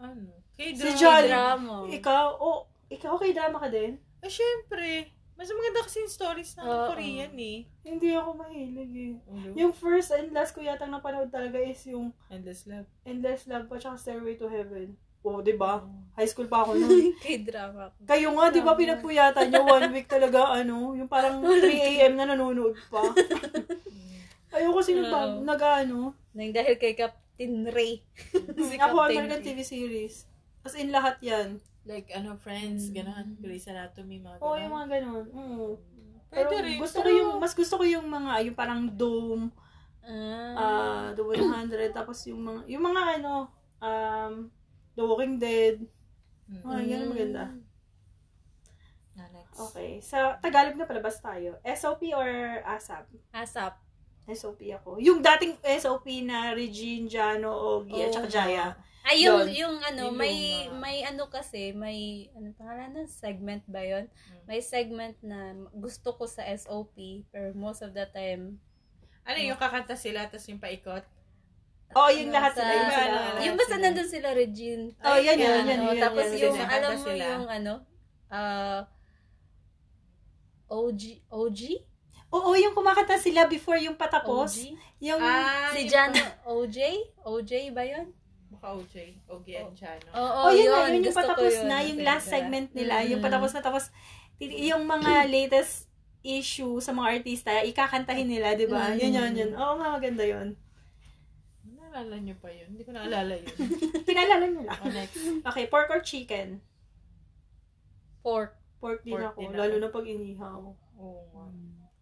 Speaker 1: Ano? Kay
Speaker 2: Si
Speaker 1: drama.
Speaker 2: Jolly.
Speaker 3: Drama.
Speaker 2: Ikaw, oh, ikaw K-drama ka din?
Speaker 1: Ah, syempre. Mas maganda kasi yung stories ng
Speaker 3: Oo. Mm.
Speaker 1: Korean eh.
Speaker 2: Hindi ako mahilig eh.
Speaker 1: Ulo.
Speaker 2: Yung first and last ko yatang napanood talaga is yung
Speaker 1: Endless love.
Speaker 2: Endless Love pa tsaka Stairway to Heaven. Oh, di ba?
Speaker 1: Mm.
Speaker 2: High school pa ako nun.
Speaker 3: K-drama. ako.
Speaker 2: Kayo nga, di ba
Speaker 3: Drama.
Speaker 2: pinagpuyatan nyo one week talaga, ano, yung parang 3 a.m. na nanonood pa. Ayoko kasi
Speaker 3: Oo.
Speaker 2: nag, nag ano,
Speaker 3: Nang dahil kay Captain Ray. si
Speaker 2: Mm-hmm. ako
Speaker 3: Captain
Speaker 2: American
Speaker 3: Ray.
Speaker 2: TV series. As in lahat yan.
Speaker 1: Like, ano, friends,
Speaker 2: Mm.
Speaker 1: gano'n. Grey's Anatomy, mga
Speaker 2: Oo,
Speaker 1: ganun.
Speaker 2: yung mga ganun. Mm. Oo. Pero
Speaker 1: Pwede rin.
Speaker 2: gusto ko
Speaker 1: pero-
Speaker 2: yung, mas gusto ko yung mga, yung parang Dome, ah
Speaker 3: Ah.
Speaker 2: The 100, tapos yung mga, yung mga ano, um, The Walking Dead.
Speaker 1: Mm.
Speaker 2: Oh, yan
Speaker 3: Mm.
Speaker 2: maganda.
Speaker 1: Ah, next.
Speaker 2: Okay. Sa Tagalog na palabas tayo. SOP or ASAP?
Speaker 3: Asap.
Speaker 2: SOP ako. Yung dating SOP na Regine, Jano, Ogie, at saka
Speaker 1: Oo.
Speaker 2: Jaya.
Speaker 3: Ay, yung,
Speaker 2: Yun.
Speaker 3: yung ano,
Speaker 1: Yun
Speaker 3: may,
Speaker 1: yung, ah,
Speaker 3: may ano kasi, may, ano pangalan nun? Segment ba yun?
Speaker 1: Mm.
Speaker 3: May segment na gusto ko sa SOP, pero most of the time,
Speaker 1: Ano, yung kakanta sila, tapos yung paikot.
Speaker 2: Oo, oh, yung
Speaker 3: Ano,
Speaker 2: lahat
Speaker 3: sa-
Speaker 2: sila. Yung, sila.
Speaker 1: Ah,
Speaker 3: yung basta
Speaker 1: sila.
Speaker 3: nandun sila, Regine.
Speaker 2: Oh, yan,
Speaker 1: Ay,
Speaker 2: yan, yan,
Speaker 3: ano,
Speaker 2: yan, yan,
Speaker 3: tapos
Speaker 2: yan,
Speaker 3: yung,
Speaker 2: yan.
Speaker 3: alam mo
Speaker 1: Sila.
Speaker 3: yung ano, ah, OG? OG?
Speaker 2: Oo, yung kumakanta sila before yung patapos.
Speaker 3: OG?
Speaker 2: Yung,
Speaker 1: Ah,
Speaker 3: Si
Speaker 1: yung
Speaker 3: Jan OJ? OJ ba yun?
Speaker 1: Baka OJ. Ogie and Chano.
Speaker 2: oh,
Speaker 3: Oo,
Speaker 2: yun, na, yun, yung
Speaker 3: gusto ko
Speaker 2: patapos
Speaker 3: yun.
Speaker 2: na, yung last
Speaker 1: Diba?
Speaker 2: segment nila, yung
Speaker 3: Mm.
Speaker 2: patapos na, tapos, tin- yung mga latest issue sa mga artista, ikakantahin nila, di ba? Yun, yun, yun. Oo nga, maganda yun.
Speaker 1: Naalala niyo pa yun? Hindi ko naalala yun.
Speaker 2: Pinalala nyo lang.
Speaker 1: Oh, next.
Speaker 2: Okay, pork or chicken?
Speaker 3: Pork.
Speaker 2: Pork din
Speaker 1: Pork
Speaker 2: ako,
Speaker 1: din ako.
Speaker 2: lalo na pag inihaw.
Speaker 1: Oo nga.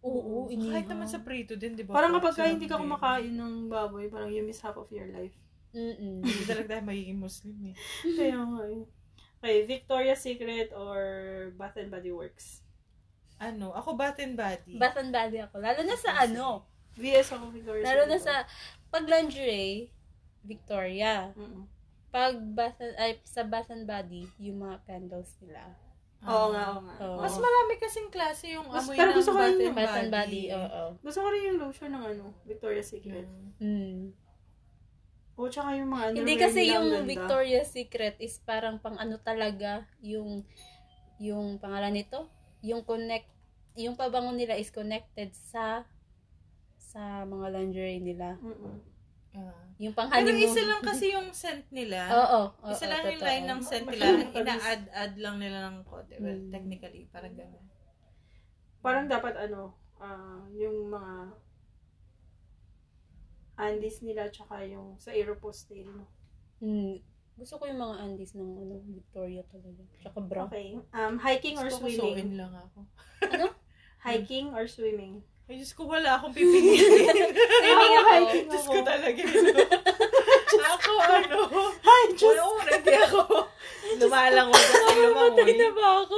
Speaker 3: Oo, inihaw.
Speaker 1: Kahit naman sa prito din, di ba?
Speaker 2: Parang
Speaker 1: Pork
Speaker 2: kapag ka
Speaker 1: sarap
Speaker 2: hindi ka
Speaker 1: din.
Speaker 2: kumakain ng baboy, parang you miss half of your life.
Speaker 3: Mm-mm.
Speaker 1: Hindi talaga tayo magiging Muslim eh.
Speaker 2: Kaya nga eh. Okay, Victoria's Secret or Bath and Body Works?
Speaker 1: Ano, ako bath and body.
Speaker 3: Bath and body ako. Lalo na sa ano.
Speaker 2: VS ako Victoria's
Speaker 3: Lalo na
Speaker 2: Secret.
Speaker 3: sa, pag lingerie, Victoria.
Speaker 2: Mm-mm.
Speaker 3: Pag bath and, ay, sa bath and body, yung mga candles nila.
Speaker 2: Oo nga, oo nga.
Speaker 3: Oo.
Speaker 1: Ah. Mas marami kasing klase yung
Speaker 2: Mas-
Speaker 1: amoy
Speaker 2: pero
Speaker 1: ng
Speaker 2: gusto ko
Speaker 1: bath,
Speaker 2: rin
Speaker 1: and
Speaker 2: yung
Speaker 3: Bath and body,
Speaker 1: body.
Speaker 3: oo.
Speaker 2: Gusto ko rin yung lotion ng ano, Victoria's Secret.
Speaker 1: Mm.
Speaker 3: Mm.
Speaker 2: O, Oh, tsaka yung mga
Speaker 3: Hindi
Speaker 2: underwear
Speaker 3: kasi
Speaker 2: nila, Ano ang
Speaker 3: yung
Speaker 2: ganda.
Speaker 3: Victoria's Secret is parang pang ano talaga yung yung pangalan nito, yung connect yung pabango nila is connected sa sa mga lingerie nila.
Speaker 2: Mm-mm.
Speaker 1: Ah.
Speaker 3: Yung pang
Speaker 1: Pero
Speaker 3: honeymoon.
Speaker 1: isa lang kasi yung scent nila.
Speaker 2: Oh,
Speaker 3: Oo, oo, oo,
Speaker 1: isa lang yung
Speaker 3: totoo.
Speaker 1: line ng scent nila.
Speaker 2: Masyadong tamis.
Speaker 1: Ina-add-add lang nila ng konti. Well,
Speaker 2: Hmm.
Speaker 3: Mm.
Speaker 1: technically, parang gano'n.
Speaker 2: Parang dapat ano, ah, yung mga undies nila, tsaka yung sa Aeropostale. No?
Speaker 3: Mm. Gusto ko yung mga undies ng ano, Victoria talaga. Tsaka bra.
Speaker 2: Okay. Um, hiking or
Speaker 1: Gusto ko
Speaker 2: swimming?
Speaker 1: suin lang ako.
Speaker 2: Hiking or swimming?
Speaker 1: Ay, Diyos ko, wala akong pipiliin.
Speaker 3: Swimming ako.
Speaker 1: Diyos ko talaga. yun. ako, ano?
Speaker 2: Hi, Diyos!
Speaker 1: Wala ko, hindi ako. Lumalangoy kasi
Speaker 3: Patay na
Speaker 1: lumangoy.
Speaker 3: ba ako?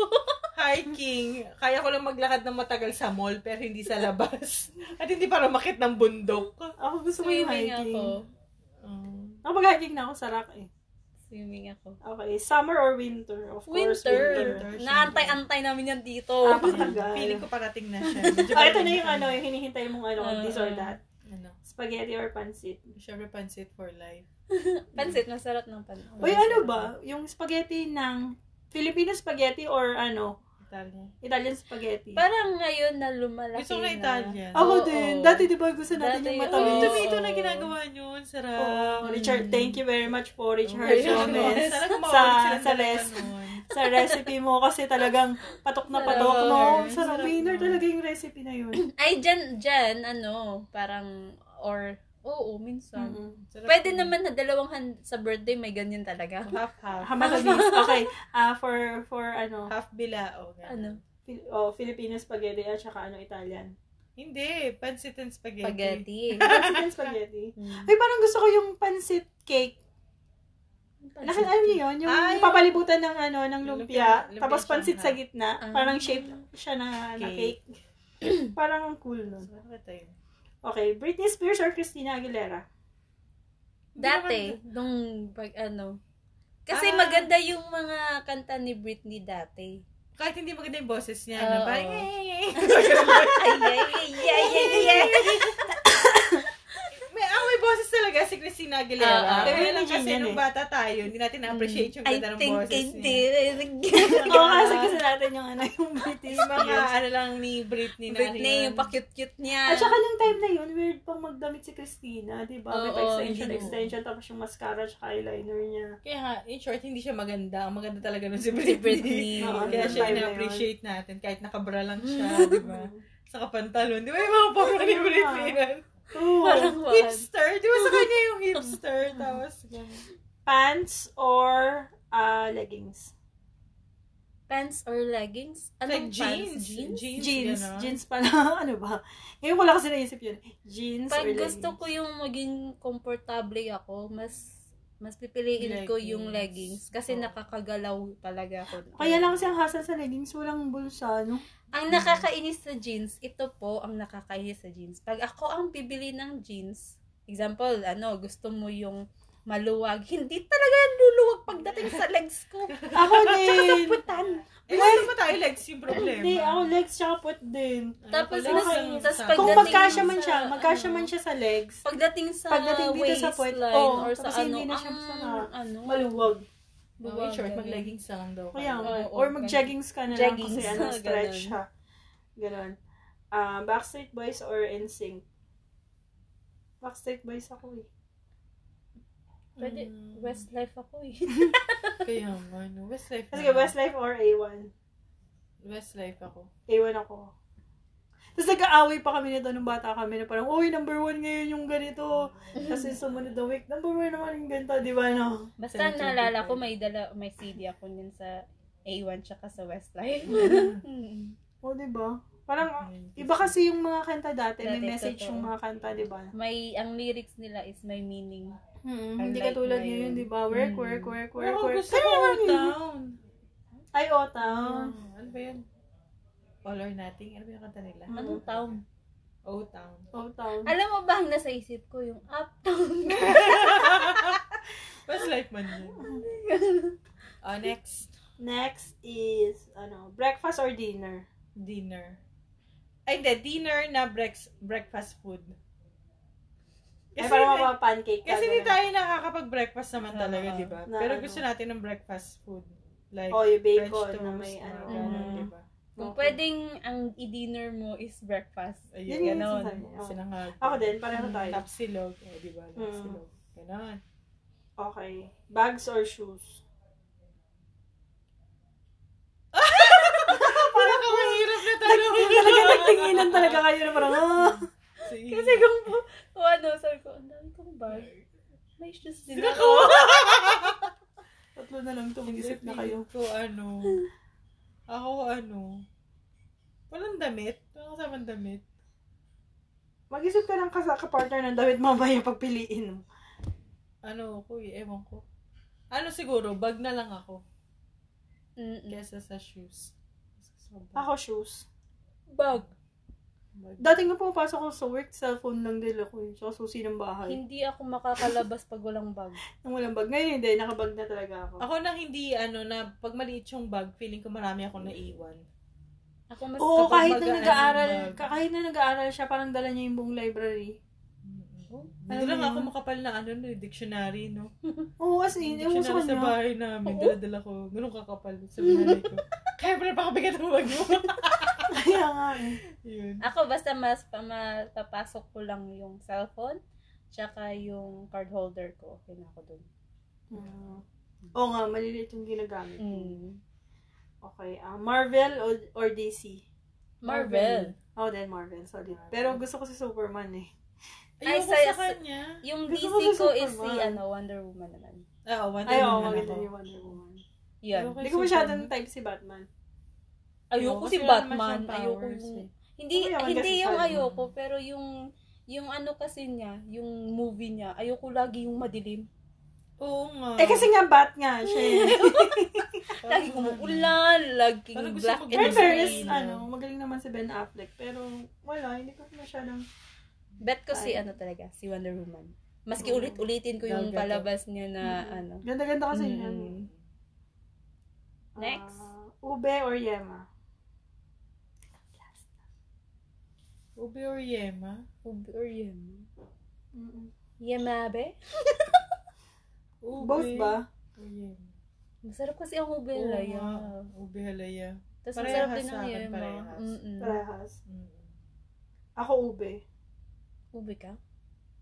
Speaker 1: Hiking. Kaya ko lang maglakad ng matagal sa mall, pero hindi sa labas. At hindi para makit ng bundok.
Speaker 2: Ako gusto ko yung
Speaker 3: Swimming
Speaker 2: hiking.
Speaker 3: ako.
Speaker 1: Um,
Speaker 2: Oh. Nakapag-hiking na ako sa rock eh.
Speaker 3: Swimming ako.
Speaker 2: Okay, summer or winter? Of course,
Speaker 3: Winter.
Speaker 2: winter.
Speaker 1: Winter,
Speaker 3: Naantay-antay namin yan dito.
Speaker 2: Ah, patagal.
Speaker 1: feeling ko parating na siya.
Speaker 2: Ah, ito na yung ano, yung hinihintay mong ano,
Speaker 3: Ah,
Speaker 2: this or
Speaker 3: ah.
Speaker 2: that.
Speaker 1: Ano?
Speaker 2: Spaghetti or pancit?
Speaker 1: Siyempre, pansit for life.
Speaker 3: Pansit, masarap ng pansit.
Speaker 2: Uy, ano ba? Yung spaghetti ng Filipino spaghetti or ano,
Speaker 1: Italian.
Speaker 2: Italian spaghetti?
Speaker 3: Parang ngayon na lumalaki
Speaker 1: Gusto ko na
Speaker 3: na.
Speaker 1: Italian.
Speaker 2: ako
Speaker 3: oo.
Speaker 2: din. Dati di ba gusto natin
Speaker 3: Dati
Speaker 1: Yung
Speaker 2: yung
Speaker 3: yun. Oo.
Speaker 2: matamis?
Speaker 1: tomato na ginagawa nyo, ang sarap.
Speaker 2: Oo, Richard, thank you very much po, Richard
Speaker 1: Ay,
Speaker 3: Richard
Speaker 2: Gomez.
Speaker 1: Sana
Speaker 2: Sa,
Speaker 1: kumawag sila
Speaker 2: sa,
Speaker 1: talaga
Speaker 2: res-
Speaker 1: nun.
Speaker 2: sa recipe mo kasi talagang patok na
Speaker 3: Sarap.
Speaker 2: patok, no? Sarap,
Speaker 1: Sarap
Speaker 2: winner
Speaker 1: na.
Speaker 2: talaga yung recipe na yun.
Speaker 3: Ay, dyan, dyan, ano, parang, or, oo, minsan.
Speaker 2: Mm-mm.
Speaker 1: Sarap
Speaker 3: Pwede
Speaker 1: yun.
Speaker 3: naman na dalawang hand, sa birthday, may ganyan talaga.
Speaker 1: Half-half.
Speaker 2: Hamatamis. Okay. ah for, for ano,
Speaker 1: Half bilao. ganun.
Speaker 3: Ano?
Speaker 2: Fil- oh, Filipino spaghetti at saka ano, Italian.
Speaker 1: Hindi, pancit and spaghetti.
Speaker 3: Spaghetti.
Speaker 2: Pancit and spaghetti.
Speaker 3: Mm.
Speaker 2: Ay, parang gusto ko yung pancit cake. Naki, alam niyo yun? Yung
Speaker 1: Ah, yung-
Speaker 2: papalibutan ng ano, ng lumpia,
Speaker 1: Lumpia-
Speaker 2: tapos
Speaker 1: lumpia
Speaker 2: pancit sa
Speaker 1: Shanghai.
Speaker 2: gitna.
Speaker 3: Ah.
Speaker 2: Parang shape siya na na
Speaker 1: Cake.
Speaker 2: cake. parang ang cool nun.
Speaker 1: Ano ba tayo?
Speaker 2: Okay, Britney Spears or Christina Aguilera?
Speaker 3: Dati, nung pag ano. Kasi
Speaker 1: Ah.
Speaker 3: maganda yung mga kanta ni Britney dati.
Speaker 1: Kahit hindi maganda yung boses niya, na
Speaker 3: Oo.
Speaker 1: parang, "Hey, hey, hey."
Speaker 3: Ay, ay, ay, ay, ay, ay, ay.
Speaker 1: may, ah, may boses talaga si Christina
Speaker 3: Oo.
Speaker 1: Aguilera. Pero yun lang
Speaker 2: Hindi
Speaker 1: kasi
Speaker 2: yan
Speaker 1: nung
Speaker 2: eh.
Speaker 1: bata tayo, hindi natin na-appreciate yung
Speaker 3: Mm. I
Speaker 1: ganda ng
Speaker 3: think I
Speaker 1: boses niya.
Speaker 3: did.
Speaker 2: Oo, kasi gusto natin yung ano, yung Britney
Speaker 1: Yung mga
Speaker 2: Spears.
Speaker 1: ano lang ni Britney na
Speaker 3: Britney,
Speaker 1: ano yun.
Speaker 3: yung pa-cute-cute niya.
Speaker 2: At saka nung time na yun, weird pang magdamit si Christina, di ba? May
Speaker 3: Oo,
Speaker 2: pa-extension,
Speaker 3: yun.
Speaker 2: extension, tapos yung mascara at eyeliner niya.
Speaker 1: Kaya nga, in short, hindi siya maganda. Ang maganda talaga nun si
Speaker 3: si
Speaker 1: Britney.
Speaker 3: Britney.
Speaker 2: Oo,
Speaker 1: Kaya
Speaker 2: yun.
Speaker 1: siya
Speaker 2: Vibe na
Speaker 1: ina-appreciate natin. Kahit nakabra lang siya, di ba? Sa kapantalon. Di ba yung mga porno ni
Speaker 2: Yun
Speaker 1: Britney
Speaker 2: nga.
Speaker 1: nun?
Speaker 2: Oo.
Speaker 3: Parang what?
Speaker 1: Hipster. Di ba sa kanya yung hipster? Tapos, ganun.
Speaker 2: Pants or ah, leggings?
Speaker 3: Pants or leggings?
Speaker 1: like
Speaker 3: Anong
Speaker 1: jeans.
Speaker 3: pants? Jeans?
Speaker 1: Jeans.
Speaker 2: Jeans.
Speaker 1: ganun.
Speaker 2: Jeans pala. ano ba? Ngayon ko lang kasi naisip yun. Jeans
Speaker 3: Pag
Speaker 2: or
Speaker 3: gusto
Speaker 2: leggings?
Speaker 3: ko yung maging komportable ako, mas mas pipiliin ko yung
Speaker 1: Leggings.
Speaker 3: leggings kasi
Speaker 1: Oo.
Speaker 3: nakakagalaw talaga ako.
Speaker 2: Kaya lang kasi ang hassle sa leggings, walang bulsa, no?
Speaker 3: Ang nakakainis sa jeans, ito po ang nakakainis sa jeans. Pag ako ang bibili ng jeans, example, ano, gusto mo yung maluwag, hindi talaga yan luluwag pagdating sa legs ko.
Speaker 2: Ako din.
Speaker 3: Putan.
Speaker 1: Eh, ano ba tayo legs yung problema?
Speaker 2: Hindi, ako legs tsaka put din.
Speaker 1: Ano
Speaker 3: Tapos,
Speaker 1: pala
Speaker 2: mas-
Speaker 1: yung
Speaker 3: tas
Speaker 1: sa-
Speaker 3: pag-
Speaker 2: Kung
Speaker 3: Pagdating
Speaker 2: magkasya man
Speaker 3: sa,
Speaker 2: siya, magkasya
Speaker 3: ano,
Speaker 2: man siya sa legs,
Speaker 3: Pagdating sa
Speaker 2: Pagdating dito sa
Speaker 3: waistline
Speaker 2: puwet, oo,
Speaker 3: or sa
Speaker 2: tapos
Speaker 3: ano,
Speaker 2: hindi na siya
Speaker 3: ang,
Speaker 2: sa na-
Speaker 3: ano,
Speaker 2: maluwag.
Speaker 1: Oh, in short,
Speaker 3: ganun.
Speaker 1: mag-leggings na lang daw.
Speaker 2: Kaya,
Speaker 1: kayo.
Speaker 2: nga.
Speaker 3: Oo,
Speaker 2: or mag-jeggings ka na lang kasi
Speaker 3: Jeggings,
Speaker 2: ano,
Speaker 3: ganun.
Speaker 2: stretch siya. Ganon. Ah, Backstreet Boys or NSYNC? Backstreet Boys ako eh.
Speaker 3: Pwede,
Speaker 1: Mm.
Speaker 3: Westlife ako eh.
Speaker 1: Kaya nga, ano, Westlife.
Speaker 2: Kasi
Speaker 1: na.
Speaker 2: Westlife or A1?
Speaker 1: Westlife ako.
Speaker 2: Ewan ako. Tapos nag-aaway pa kami nito nung bata kami na parang, uy, number one ngayon yung ganito. Tapos yung sumunod na week, number one naman yung ganito, di ba no?
Speaker 3: Basta
Speaker 1: Seventeen
Speaker 3: naalala
Speaker 1: people.
Speaker 3: ko, may, dala, may CD ako nun sa A1 tsaka sa Westlife. Mm.
Speaker 2: O, Oh, di ba? Parang, iba kasi yung mga kanta dati, may
Speaker 3: Dati,
Speaker 2: message
Speaker 3: totoo.
Speaker 2: yung mga kanta, di ba?
Speaker 3: may, ang lyrics nila is may meaning.
Speaker 2: Hindi
Speaker 3: Unlike
Speaker 2: katulad
Speaker 3: ngayon.
Speaker 2: ngayon, di ba? Work,
Speaker 3: Mm.
Speaker 2: work, work, work,
Speaker 1: Ako
Speaker 2: work.
Speaker 1: gusto ko
Speaker 2: Ay,
Speaker 1: Old Town.
Speaker 2: Ay, Otaw.
Speaker 1: Ah, Ano ba yun? All or Nothing? Ano ba yung kanta nila?
Speaker 2: Mm.
Speaker 3: Anong town?
Speaker 1: Old Town.
Speaker 2: Otaw.
Speaker 3: Alam mo ba ang nasa isip ko? Yung uptown.
Speaker 1: Westlife man yun. Oh, next.
Speaker 2: Next is, ano, breakfast or dinner?
Speaker 1: Dinner. Ay, hindi. Dinner na brex- breakfast food.
Speaker 2: Ay,
Speaker 1: Kasi,
Speaker 2: parang
Speaker 1: hindi-
Speaker 2: mapapancake ka.
Speaker 1: kasi hindi
Speaker 2: ganun.
Speaker 1: tayo nakakapag-breakfast naman
Speaker 3: Oo.
Speaker 1: talaga, di ba?
Speaker 2: Na
Speaker 1: Pero
Speaker 2: ano.
Speaker 1: gusto natin ng breakfast food. Like,
Speaker 2: Oh, yung
Speaker 1: French
Speaker 2: bacon
Speaker 1: toast,
Speaker 2: na may ano.
Speaker 1: ano,
Speaker 2: ganun.
Speaker 1: di ba?
Speaker 3: Kung
Speaker 2: Okay.
Speaker 3: pwedeng ang i-dinner mo is breakfast.
Speaker 1: Ayun,
Speaker 2: Yun yung
Speaker 1: ganon.
Speaker 2: sinasabi niya. Oo.
Speaker 1: Sinangag.
Speaker 2: Ako din, pareho
Speaker 3: Mm.
Speaker 2: tayo. Mm.
Speaker 1: Tapsilog. Eh, di ba? Tapsilog. Ganon.
Speaker 2: Okay. Bags or shoes?
Speaker 1: Parang mahirap na tanong.
Speaker 2: talaga nagtinginan talaga kayo na parang, ah.
Speaker 1: Sige.
Speaker 3: Kasi kung, kung ano, sabi ko, ang dami kong bag. May shoes din ako.
Speaker 2: Tatlo na lang to,
Speaker 1: Hindi,
Speaker 2: mag-isip na kayo.
Speaker 1: feeling Ko, ano, ako ano, walang damit. Walang kasamang damit.
Speaker 2: Mag-isip ka lang ka sa kapartner ng damit mamaya pagpiliin mo.
Speaker 1: Ano ko, eh, ewan ko. Ano siguro, bag na lang ako.
Speaker 3: Mm-mm.
Speaker 1: Kesa sa shoes. So, bag,
Speaker 2: Ako, shoes.
Speaker 3: Bag.
Speaker 1: bag.
Speaker 2: Dating nga pumapasok ko sa work, cellphone lang din ako. eh, Tsaka susi ng bahay.
Speaker 3: Hindi ako makakalabas pag walang bag.
Speaker 2: Nang walang bag. Ngayon hindi, nakabag na talaga ako.
Speaker 1: Ako na hindi, ano, na pag maliit yung bag, feeling ko marami akong naiwan.
Speaker 3: Ako mas
Speaker 2: Oo,
Speaker 1: kapag
Speaker 2: kahit
Speaker 1: magaan
Speaker 2: na nag-aaral,
Speaker 1: yung bag.
Speaker 2: ka- kahit na nag-aaral siya, parang dala niya yung buong library.
Speaker 1: Ano
Speaker 2: Alam
Speaker 1: lang
Speaker 2: mo
Speaker 1: ako
Speaker 2: yun?
Speaker 1: makapal na ano, no, dictionary, no?
Speaker 2: Oo, as in, ewan sa
Speaker 1: Dictionary sa
Speaker 2: kanya.
Speaker 1: bahay namin,
Speaker 2: Oo.
Speaker 1: dala-dala ko. Ganun kakapal. Sabi na ko, kaya pala pakabigat ang bag mo.
Speaker 2: Kaya nga eh.
Speaker 1: Yun.
Speaker 3: Ako basta mas papasok ko lang yung cellphone, tsaka yung card holder ko. Okay na ako dun.
Speaker 2: Mm. Oo nga, maliliit yung ginagamit.
Speaker 3: Mm.
Speaker 2: Okay, ah, Marvel or, or DC?
Speaker 3: Marvel.
Speaker 2: Oh, then Marvel, sorry. Pero gusto ko si Superman eh.
Speaker 1: Ayoko
Speaker 3: Ay,
Speaker 1: sa
Speaker 3: sa-
Speaker 1: kanya.
Speaker 3: Yung
Speaker 2: Gusto ko
Speaker 3: DC
Speaker 2: si
Speaker 3: ko is si
Speaker 2: Superman.
Speaker 3: ano, Wonder Woman naman.
Speaker 1: Ah, oh, Wonder
Speaker 2: Ay, oo,
Speaker 1: Woman
Speaker 2: maganda
Speaker 1: ako.
Speaker 2: yung Wonder Woman.
Speaker 3: Yun.
Speaker 1: Okay,
Speaker 2: Hindi ko
Speaker 1: Superman.
Speaker 2: masyadong type si Batman.
Speaker 3: Ayoko
Speaker 1: Oo,
Speaker 3: si
Speaker 1: kasi wala naman
Speaker 3: Batman.
Speaker 1: siyang
Speaker 3: Ayoko.
Speaker 1: powers eh.
Speaker 3: Hindi,
Speaker 4: Okay, naman
Speaker 3: hindi
Speaker 4: kasi
Speaker 3: yung
Speaker 4: siya,
Speaker 3: ayoko, pero yung yung ano kasi niya, yung movie niya, ayoko lagi yung madilim.
Speaker 1: Oo nga.
Speaker 2: Eh kasi nga bat nga siya. eh.
Speaker 3: Lagi
Speaker 1: ano,
Speaker 3: umuulan, laging
Speaker 1: Parang gusto
Speaker 3: black
Speaker 1: mo
Speaker 3: and
Speaker 1: Pero
Speaker 2: In fairness,
Speaker 3: green.
Speaker 2: ano, magaling naman si Ben Affleck. Pero wala, hindi ko masyadong...
Speaker 3: Bet ko si ano talaga, si Wonder Woman. Maski
Speaker 2: Oo.
Speaker 3: ulit-ulitin ko yung
Speaker 1: Gal Gadot.
Speaker 3: palabas niya na ano.
Speaker 2: Ganda-ganda kasi
Speaker 3: Mm.
Speaker 2: yun.
Speaker 3: Next.
Speaker 2: Ah, Ube or Yema?
Speaker 1: Ube or Yema?
Speaker 3: Ube or Yema? Yemabe?
Speaker 1: Ube.
Speaker 2: Both ba?
Speaker 1: or Yema?
Speaker 3: Masarap kasi ang ube
Speaker 1: Oo
Speaker 3: halaya.
Speaker 1: nga. Ube halaya.
Speaker 3: Tapos
Speaker 1: Parehas
Speaker 3: masarap din
Speaker 1: sa
Speaker 3: ang
Speaker 1: akin,
Speaker 3: yema.
Speaker 1: parehas.
Speaker 3: Mm-mm.
Speaker 2: Parehas.
Speaker 1: Mm.
Speaker 2: Ako ube.
Speaker 3: Ube ka?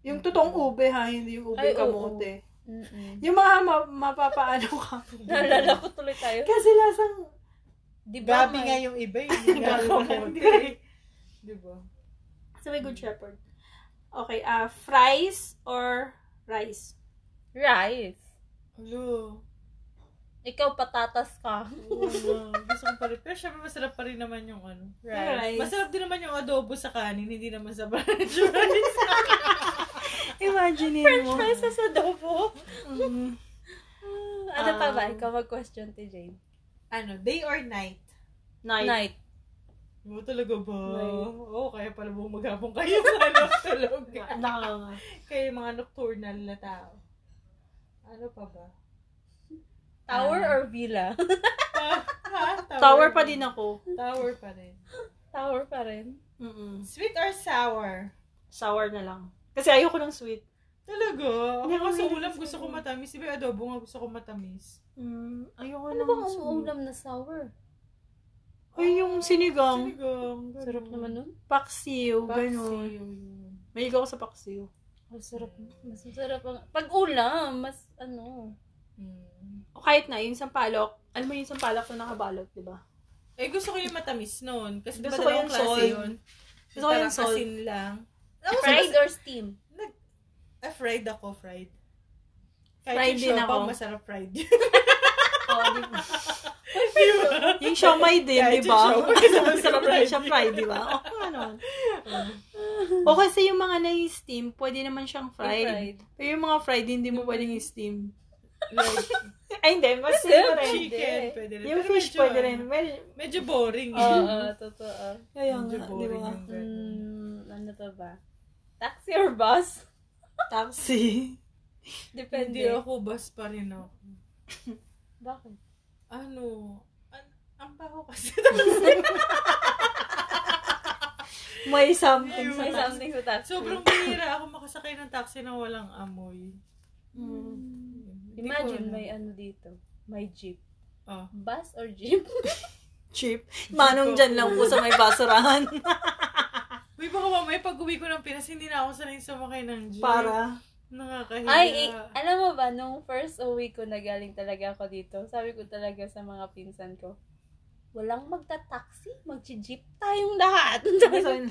Speaker 2: Yung totoong ube ha, hindi yung ube
Speaker 3: Ay, oo.
Speaker 2: kamote.
Speaker 3: Mm-mm.
Speaker 2: Yung mga ma- mapapaano ka.
Speaker 3: Naalala ko tuloy tayo.
Speaker 2: Kasi lasang
Speaker 3: Di ba,
Speaker 1: Gabi
Speaker 3: may-
Speaker 1: nga yung iba, eh. yung
Speaker 2: Hindi.
Speaker 1: nagkakamote. Di ba?
Speaker 2: Sa may Good Shepherd. Okay, ah, fries or rice?
Speaker 3: Rice.
Speaker 1: Hello.
Speaker 3: Ikaw patatas ka.
Speaker 1: Gusto ko pa rin. Pero syempre masarap pa rin naman yung ano.
Speaker 2: Rice.
Speaker 1: Masarap din naman yung adobo sa kanin, hindi naman sa french fries.
Speaker 2: Imagine mo.
Speaker 3: Rice sa adobo. Mm-hmm.
Speaker 2: Mm.
Speaker 3: Ano pa ba?
Speaker 2: Um,
Speaker 3: Ikaw mag-question to Jane.
Speaker 1: ano, day or night?
Speaker 2: Night.
Speaker 3: Night.
Speaker 1: Oo, talaga ba?
Speaker 2: Night.
Speaker 1: Oo, kaya pala buong maghapon kayo ano, tulog.
Speaker 2: Nakakanga.
Speaker 1: kayo yung mga nocturnal na tao. Ano pa ba?
Speaker 3: Tower or villa?
Speaker 1: Ha? Ha?
Speaker 2: Tower pa din ako.
Speaker 1: Tower pa rin.
Speaker 3: Tower pa rin.
Speaker 2: Mm-mm.
Speaker 1: Sweet or sour?
Speaker 2: Sour na lang. Kasi ayoko ng sweet.
Speaker 1: Talaga? Ako
Speaker 2: Hindi ako
Speaker 1: kasi
Speaker 2: mahilig
Speaker 1: ulam
Speaker 2: sa
Speaker 1: gusto ko
Speaker 2: ulam.
Speaker 1: matamis. Iba adobo nga gusto ko matamis.
Speaker 2: Mm, ayoko
Speaker 3: Ano
Speaker 2: ng
Speaker 3: bang
Speaker 2: sweet.
Speaker 3: umuulam na sour?
Speaker 2: Ay, yung sinigang.
Speaker 1: Ah, Sinigang. ganun.
Speaker 3: Sarap naman nun.
Speaker 1: Paksiw
Speaker 2: Paksiw, ganun.
Speaker 1: yun.
Speaker 2: Mahilig ako sa paksiw.
Speaker 3: Ang sarap. Mas masarap ang... Pag ulam, mas ano.
Speaker 1: Mm.
Speaker 2: O kahit na, yung sampalok. Alam mo yung sampalok na nakabalot, di ba?
Speaker 1: Eh, gusto ko yung matamis nun. Kasi diba
Speaker 2: Gusto ko
Speaker 1: dalawang
Speaker 2: yung
Speaker 1: klase
Speaker 2: salt.
Speaker 1: yun?
Speaker 2: Gusto ko yung
Speaker 1: Parang
Speaker 2: salt.
Speaker 1: asin lang.
Speaker 3: Fried or steam?
Speaker 1: Ah, fried ako, fried.
Speaker 2: Fried
Speaker 1: Kahit
Speaker 2: din
Speaker 1: yung siopaw,
Speaker 2: ako.
Speaker 1: masarap fried.
Speaker 2: Oo, di ba?
Speaker 1: Diba?
Speaker 2: Yung siomay din,
Speaker 1: Kahit
Speaker 2: di ba?
Speaker 1: yung siomay, sarap
Speaker 2: Masarap
Speaker 1: fried.
Speaker 2: rin siya fried, di ba? O, ano. O kasi yung mga na-steam, pwede naman siyang fried. Pero yung mga fried, hindi mo pwedeng steam.
Speaker 1: like,
Speaker 2: Ay, hindi. Mas
Speaker 3: Pero
Speaker 2: yung rin.
Speaker 1: chicken, pwede rin.
Speaker 2: Yung
Speaker 1: Pero
Speaker 2: fish
Speaker 1: medyo,
Speaker 2: pwede
Speaker 1: ano,
Speaker 2: rin. Well,
Speaker 1: Medyo boring.
Speaker 3: Oo, oo, totoo.
Speaker 2: kaya
Speaker 1: Medyo
Speaker 2: nga, di
Speaker 1: boring
Speaker 2: ba?
Speaker 1: yung ganun.
Speaker 3: Mm-hmm. Mm, ano to ba? Taxi or bus?
Speaker 2: Taxi.
Speaker 1: Hindi
Speaker 3: Depende.
Speaker 1: ako, bus pa rin ako.
Speaker 3: oh. Bakit?
Speaker 1: Ano? An- Ang baho kasi.
Speaker 2: May something sa
Speaker 3: May
Speaker 2: taxi.
Speaker 3: something sa taxi.
Speaker 1: Sobrang bihira ako makasakay ng taxi na walang amoy. Hmm.
Speaker 2: Mm.
Speaker 1: Hindi ko
Speaker 3: Imagine
Speaker 1: alam.
Speaker 3: may ano dito. May jeep.
Speaker 1: Oh.
Speaker 3: Bus or jeep?
Speaker 2: Cheap. Manong dyan lang po sa may basurahan.
Speaker 1: Uy, baka mamaya pag uwi ko ng Pinas, hindi na ako sanay sumakay ng jeep.
Speaker 2: Para.
Speaker 1: Nakakahiya.
Speaker 3: Ay, eh, alam mo ba, nung first uwi ko na galing talaga ako dito, sabi ko talaga sa mga pinsan ko, walang magta-taxi, magji-jeep tayong lahat. sabi niya,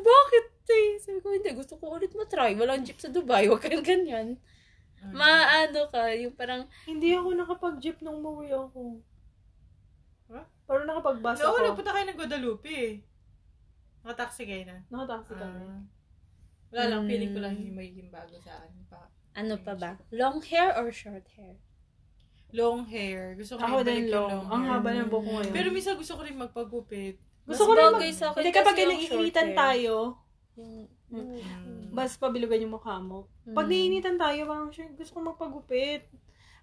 Speaker 3: bakit? Tay?" Sabi ko, hindi, gusto ko ulit matry. Walang jeep sa Dubai, huwag kang ganyan.
Speaker 1: Ay.
Speaker 3: Mm. Maano ka, yung parang,
Speaker 2: Hindi ako nakapag-jeep nung umuwi ako.
Speaker 1: Huh?
Speaker 2: Pero nakapag-bus
Speaker 1: No,
Speaker 2: ako.
Speaker 1: nagpunta kayo ng Guadalupe eh. Nakataksi kayo na.
Speaker 2: Nakataxi kami.
Speaker 1: Ah. wala lang,
Speaker 3: Mm.
Speaker 1: feeling ko lang yung magiging bago sa akin. Pa.
Speaker 3: ano pa ba? Long hair or short hair?
Speaker 1: Long hair. Gusto ko
Speaker 2: Ako
Speaker 1: rin ibalik
Speaker 2: din
Speaker 1: yung
Speaker 2: long. Ang
Speaker 1: hair.
Speaker 2: haba ng buhok ko ngayon.
Speaker 1: Pero minsan gusto ko rin magpagupit.
Speaker 2: gusto ko
Speaker 3: Mas
Speaker 2: rin
Speaker 3: bagay
Speaker 2: mag-
Speaker 3: sa akin
Speaker 2: Hindi,
Speaker 3: kasi
Speaker 2: kapag
Speaker 3: yung
Speaker 2: naiinitan
Speaker 3: short hair.
Speaker 2: tayo,
Speaker 3: Yung, yung-
Speaker 1: Mm.
Speaker 2: mas pabilugan yung mukha mo. Pag
Speaker 3: Mm.
Speaker 2: naiinitan tayo, parang "Shit, gusto ko magpagupit.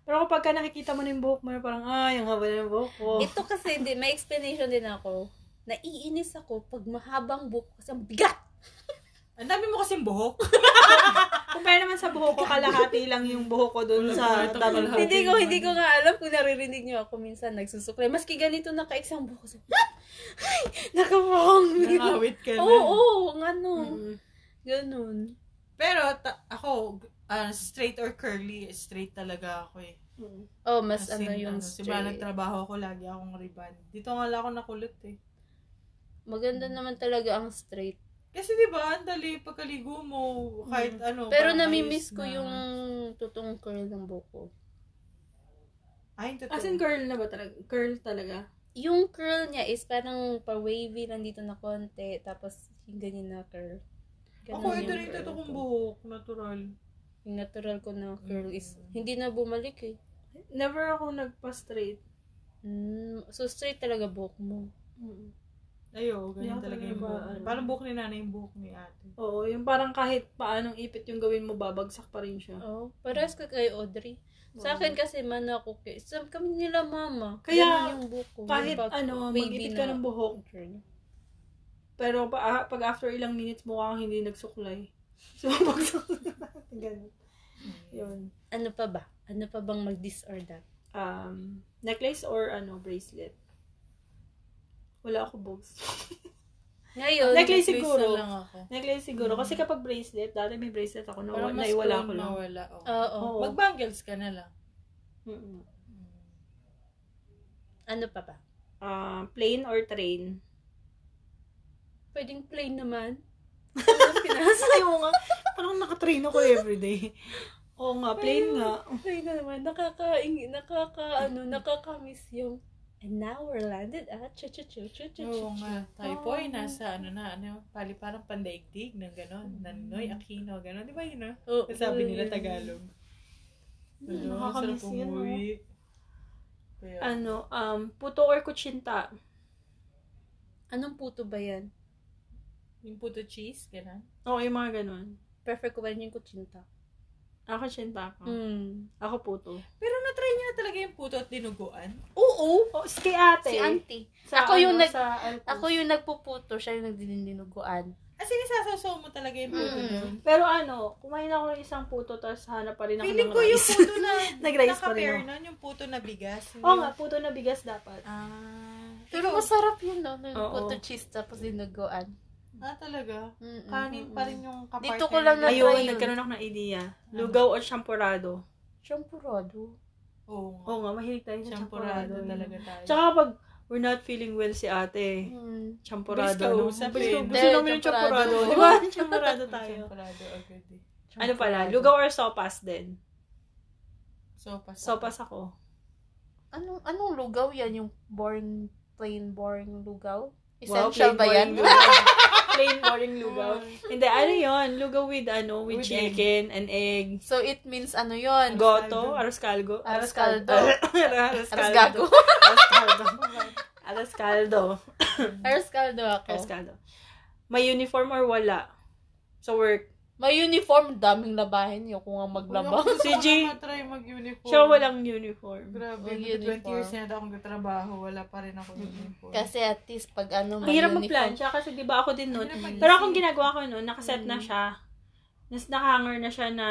Speaker 2: Pero kapag ka nakikita mo na yung buhok mo, parang, ay, ang haba ng buhok ko.
Speaker 3: Mm. Ito kasi, di, may explanation din ako. Naiinis ako pag mahabang buhok kasi ang bigat.
Speaker 1: Ang dami mo kasing buhok.
Speaker 2: Kumpara naman sa buhok ko, kalahati lang yung buhok ko doon sa
Speaker 1: Ito
Speaker 2: dalawang.
Speaker 1: kalahati.
Speaker 3: hindi ko, hindi ko nga alam kung naririnig niyo ako minsan nagsusukle. Maski ganito nakaeksang buhok ko. so, Ay! Nakapong!
Speaker 1: Nangawit ka na.
Speaker 3: Oo, oo, ano.
Speaker 2: Mm.
Speaker 3: Ganun.
Speaker 1: Pero ta- ako, ah, straight or curly, straight talaga ako eh.
Speaker 2: Mm.
Speaker 3: Oh, mas
Speaker 1: As in,
Speaker 3: ano yung
Speaker 1: Diba,
Speaker 3: straight.
Speaker 1: nagtrabaho ako, lagi akong ribbon. Dito nga lang ako nakulot eh.
Speaker 3: Maganda naman talaga ang straight.
Speaker 1: Kasi di ba, ang dali pagkaligo mo, kahit ano.
Speaker 2: Oh,
Speaker 3: Pero
Speaker 1: parang
Speaker 3: namimiss
Speaker 1: ayos
Speaker 3: ko
Speaker 1: na.
Speaker 3: yung totoong curl ng buhok ko.
Speaker 1: Ay, totoo.
Speaker 2: As in, curl na ba talaga? Curl talaga?
Speaker 3: yung curl niya is parang pa-wavy lang dito na konti, tapos yung ganyan na curl.
Speaker 1: Ako, ito
Speaker 3: Ganun yung
Speaker 1: rin
Speaker 3: curl
Speaker 1: ito
Speaker 3: ko.
Speaker 1: kong buhok. Natural.
Speaker 3: Yung natural ko na curl is,
Speaker 1: Mm.
Speaker 3: hindi na bumalik eh.
Speaker 2: Never ako nagpa-straight.
Speaker 3: Mm, so straight talaga buhok mo.
Speaker 1: Ayo, ganyan
Speaker 2: Yeah,
Speaker 1: talaga
Speaker 2: talaga
Speaker 1: yung
Speaker 2: ba,
Speaker 1: buhok. niya.
Speaker 2: ano?
Speaker 1: Parang buhok ni nanay yung buhok ni ate.
Speaker 2: Oo, yung parang kahit paanong ipit yung gawin mo, babagsak pa rin siya.
Speaker 3: Oh, parehas ka kay Audrey. Sa akin kasi manok ko kay, sa kami nila mama.
Speaker 2: Kaya,
Speaker 3: Ganun yung buhok ko.
Speaker 2: Kahit
Speaker 3: Yung pag-
Speaker 2: ano,
Speaker 3: wavy
Speaker 2: mag-ipit ka
Speaker 3: na
Speaker 2: ng buhok,
Speaker 3: curl.
Speaker 2: pero pa, ah, pag after ilang minutes, mukha kang hindi nagsuklay. So, babagsak natin. Ganun. Yun.
Speaker 3: Ano pa ba? Ano pa bang mag-disorder?
Speaker 2: Um, necklace or ano, bracelet. Wala ako boobs.
Speaker 3: Ngayon,
Speaker 2: Necklace
Speaker 1: Nag-bracelet
Speaker 2: siguro.
Speaker 1: lang ako.
Speaker 2: necklace siguro. Kasi kapag bracelet, dati may bracelet
Speaker 1: Para
Speaker 2: ako, nawa,
Speaker 1: mas
Speaker 2: naiwala
Speaker 1: prone
Speaker 2: ko lang.
Speaker 1: mawala. Oh.
Speaker 3: oo.
Speaker 2: Oo.
Speaker 1: Mag-bangles ka na lang.
Speaker 2: Mm-mm.
Speaker 3: Ano pa ba?
Speaker 2: Ah, plane or train?
Speaker 3: Pwedeng plain naman.
Speaker 2: Sayo nga. Parang nakatrain ako everyday. Oo nga, plane nga.
Speaker 3: Plain na naman. Nakakaing, nakaka, ano, nakakamiss yung And now we're landed at chu chu chu chu chu
Speaker 1: Oo nga. Tayo
Speaker 2: Oo.
Speaker 1: po ay nasa ano na, ano, pali parang pandaigdig ng
Speaker 2: Mm.
Speaker 1: gano'n. Nanoy, Aquino, gano'n. Di ba yun, no?
Speaker 3: Oh,
Speaker 1: Sabi nila Tagalog.
Speaker 2: Mm,
Speaker 1: Ano,
Speaker 2: nakakamiss
Speaker 1: sarap
Speaker 2: yun, no?
Speaker 1: umuwi. Kaya,
Speaker 2: Ano, um, puto or kutsinta?
Speaker 3: Anong puto ba yan?
Speaker 1: yung puto cheese, gano'n.
Speaker 2: Oo, yung mga ganun.
Speaker 3: Prefer ko ba rin yung kutsinta?
Speaker 2: Ako kutsinta ako.
Speaker 3: Mm.
Speaker 2: Ako puto.
Speaker 1: Pero na-try niya na talaga yung puto at dinuguan.
Speaker 3: Oo!
Speaker 2: Oh, si kay ate.
Speaker 3: Si auntie.
Speaker 2: Sa
Speaker 3: Ako yung
Speaker 2: ano,
Speaker 3: nag-
Speaker 2: Sa Altus.
Speaker 3: Ako yung nagpuputo, siya yung nagdininuguan.
Speaker 1: As in, isasasaw mo talaga yung puto
Speaker 3: Mm.
Speaker 1: doon.
Speaker 2: Pero ano, kumain ako ng isang puto, tapos hanap pa rin ako
Speaker 1: Feeling
Speaker 2: ng
Speaker 1: ko yung
Speaker 2: rice.
Speaker 1: puto na
Speaker 2: Nag-rice pa rin
Speaker 1: naka-pair
Speaker 2: ako.
Speaker 1: nun, yung puto na bigas. hindi
Speaker 2: Oo nga,
Speaker 1: yung-
Speaker 2: puto na bigas dapat.
Speaker 1: Ah.
Speaker 3: Pero masarap yun, no? Yung
Speaker 2: Oo.
Speaker 3: puto cheese tapos dinuguan.
Speaker 1: Ah, talaga?
Speaker 3: Mm-mm.
Speaker 1: Kanin pa rin yung kapartner.
Speaker 3: Dito ko lang
Speaker 1: nila.
Speaker 3: na- Ayun,
Speaker 2: Ayun,
Speaker 3: yun.
Speaker 2: nagkaroon ako ng idea. Lugaw o champurado?
Speaker 3: Champurado.
Speaker 1: Oo nga.
Speaker 2: Oo nga, mahilig tayo sa
Speaker 1: Oh, Champurado
Speaker 2: champurado.
Speaker 1: talaga tayo.
Speaker 2: Tsaka pag we're not feeling well si ate,
Speaker 3: Mm.
Speaker 2: champurado.
Speaker 1: Bilis
Speaker 2: no?
Speaker 1: kausap
Speaker 2: Bilis
Speaker 1: eh.
Speaker 2: kausap. Gusto
Speaker 3: Hindi,
Speaker 2: namin yung champurado.
Speaker 3: champurado.
Speaker 2: Di ba? Champurado tayo.
Speaker 1: Champurado agad eh.
Speaker 2: Ano pala,
Speaker 3: Champurado.
Speaker 2: lugaw or sopas din?
Speaker 1: Sopas.
Speaker 2: Sopas ako.
Speaker 3: Anong, anong lugaw yan? Yung boring, plain boring lugaw?
Speaker 2: Wow, plain
Speaker 3: Essential ba yan?
Speaker 2: boring lugaw. plain boring lugaw. Hindi, ano yun? Lugaw with ano,
Speaker 1: With
Speaker 2: with,
Speaker 1: egg.
Speaker 2: chicken and egg.
Speaker 3: so, it means ano yon
Speaker 1: caldo.
Speaker 2: Goto, aros caldo.
Speaker 3: Aros caldo.
Speaker 2: aros
Speaker 3: Aras
Speaker 2: caldo.
Speaker 3: gago.
Speaker 2: Aros caldo. Aros caldo.
Speaker 3: Oh. Aras caldo
Speaker 2: Aros
Speaker 3: ako.
Speaker 2: caldo. May uniform or wala? Sa work.
Speaker 3: May uniform, daming labahin yun kung ang maglaba.
Speaker 1: Si
Speaker 2: CG.
Speaker 1: matry
Speaker 3: Oh.
Speaker 1: mag-uniform.
Speaker 2: Siya walang uniform.
Speaker 1: Grabe,
Speaker 3: Wag
Speaker 1: mag- 20
Speaker 3: uniform.
Speaker 1: years na yata akong katrabaho, wala pa rin ako uniform.
Speaker 3: Kasi at least pag ano,
Speaker 2: Ang hirap mag-plan siya kasi di ba ako din nun.
Speaker 1: Hirap mag-
Speaker 2: Pero akong ginagawa ko nun, nakaset
Speaker 3: Mm.
Speaker 2: na siya. Nas nakahanger na siya na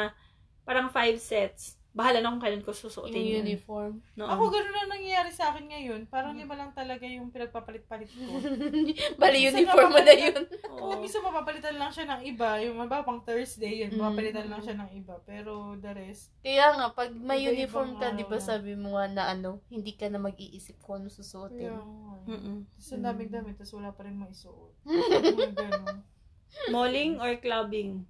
Speaker 2: parang five sets. Bahala na kung kailan ko susuotin
Speaker 3: yung
Speaker 2: yun.
Speaker 3: uniform.
Speaker 2: Noon.
Speaker 1: Ako gano'n na nangyayari sa akin ngayon. Parang lima lang talaga yung pinagpapalit-palit ko.
Speaker 3: Bali,
Speaker 1: Minsan
Speaker 3: uniform mo na
Speaker 1: napapalit-
Speaker 3: yun.
Speaker 1: Oo,
Speaker 2: Oo.
Speaker 1: minsan mapapalitan lang siya ng iba. Yung maba, pang Thursday, yun,
Speaker 3: Mm.
Speaker 1: mapapalitan lang siya ng iba. Pero the rest,
Speaker 3: Kaya nga, pag may
Speaker 1: Iba-ibang
Speaker 3: uniform ka, di
Speaker 1: araw
Speaker 3: ba
Speaker 1: na.
Speaker 3: sabi mo nga na ano, hindi ka na mag-iisip kung
Speaker 1: yun.
Speaker 3: ano susuotin.
Speaker 2: Mm-mm.
Speaker 1: eh. Tapos ang daming-dami, tapos wala pa rin maisuot. Yung ganun.
Speaker 2: Malling or clubbing?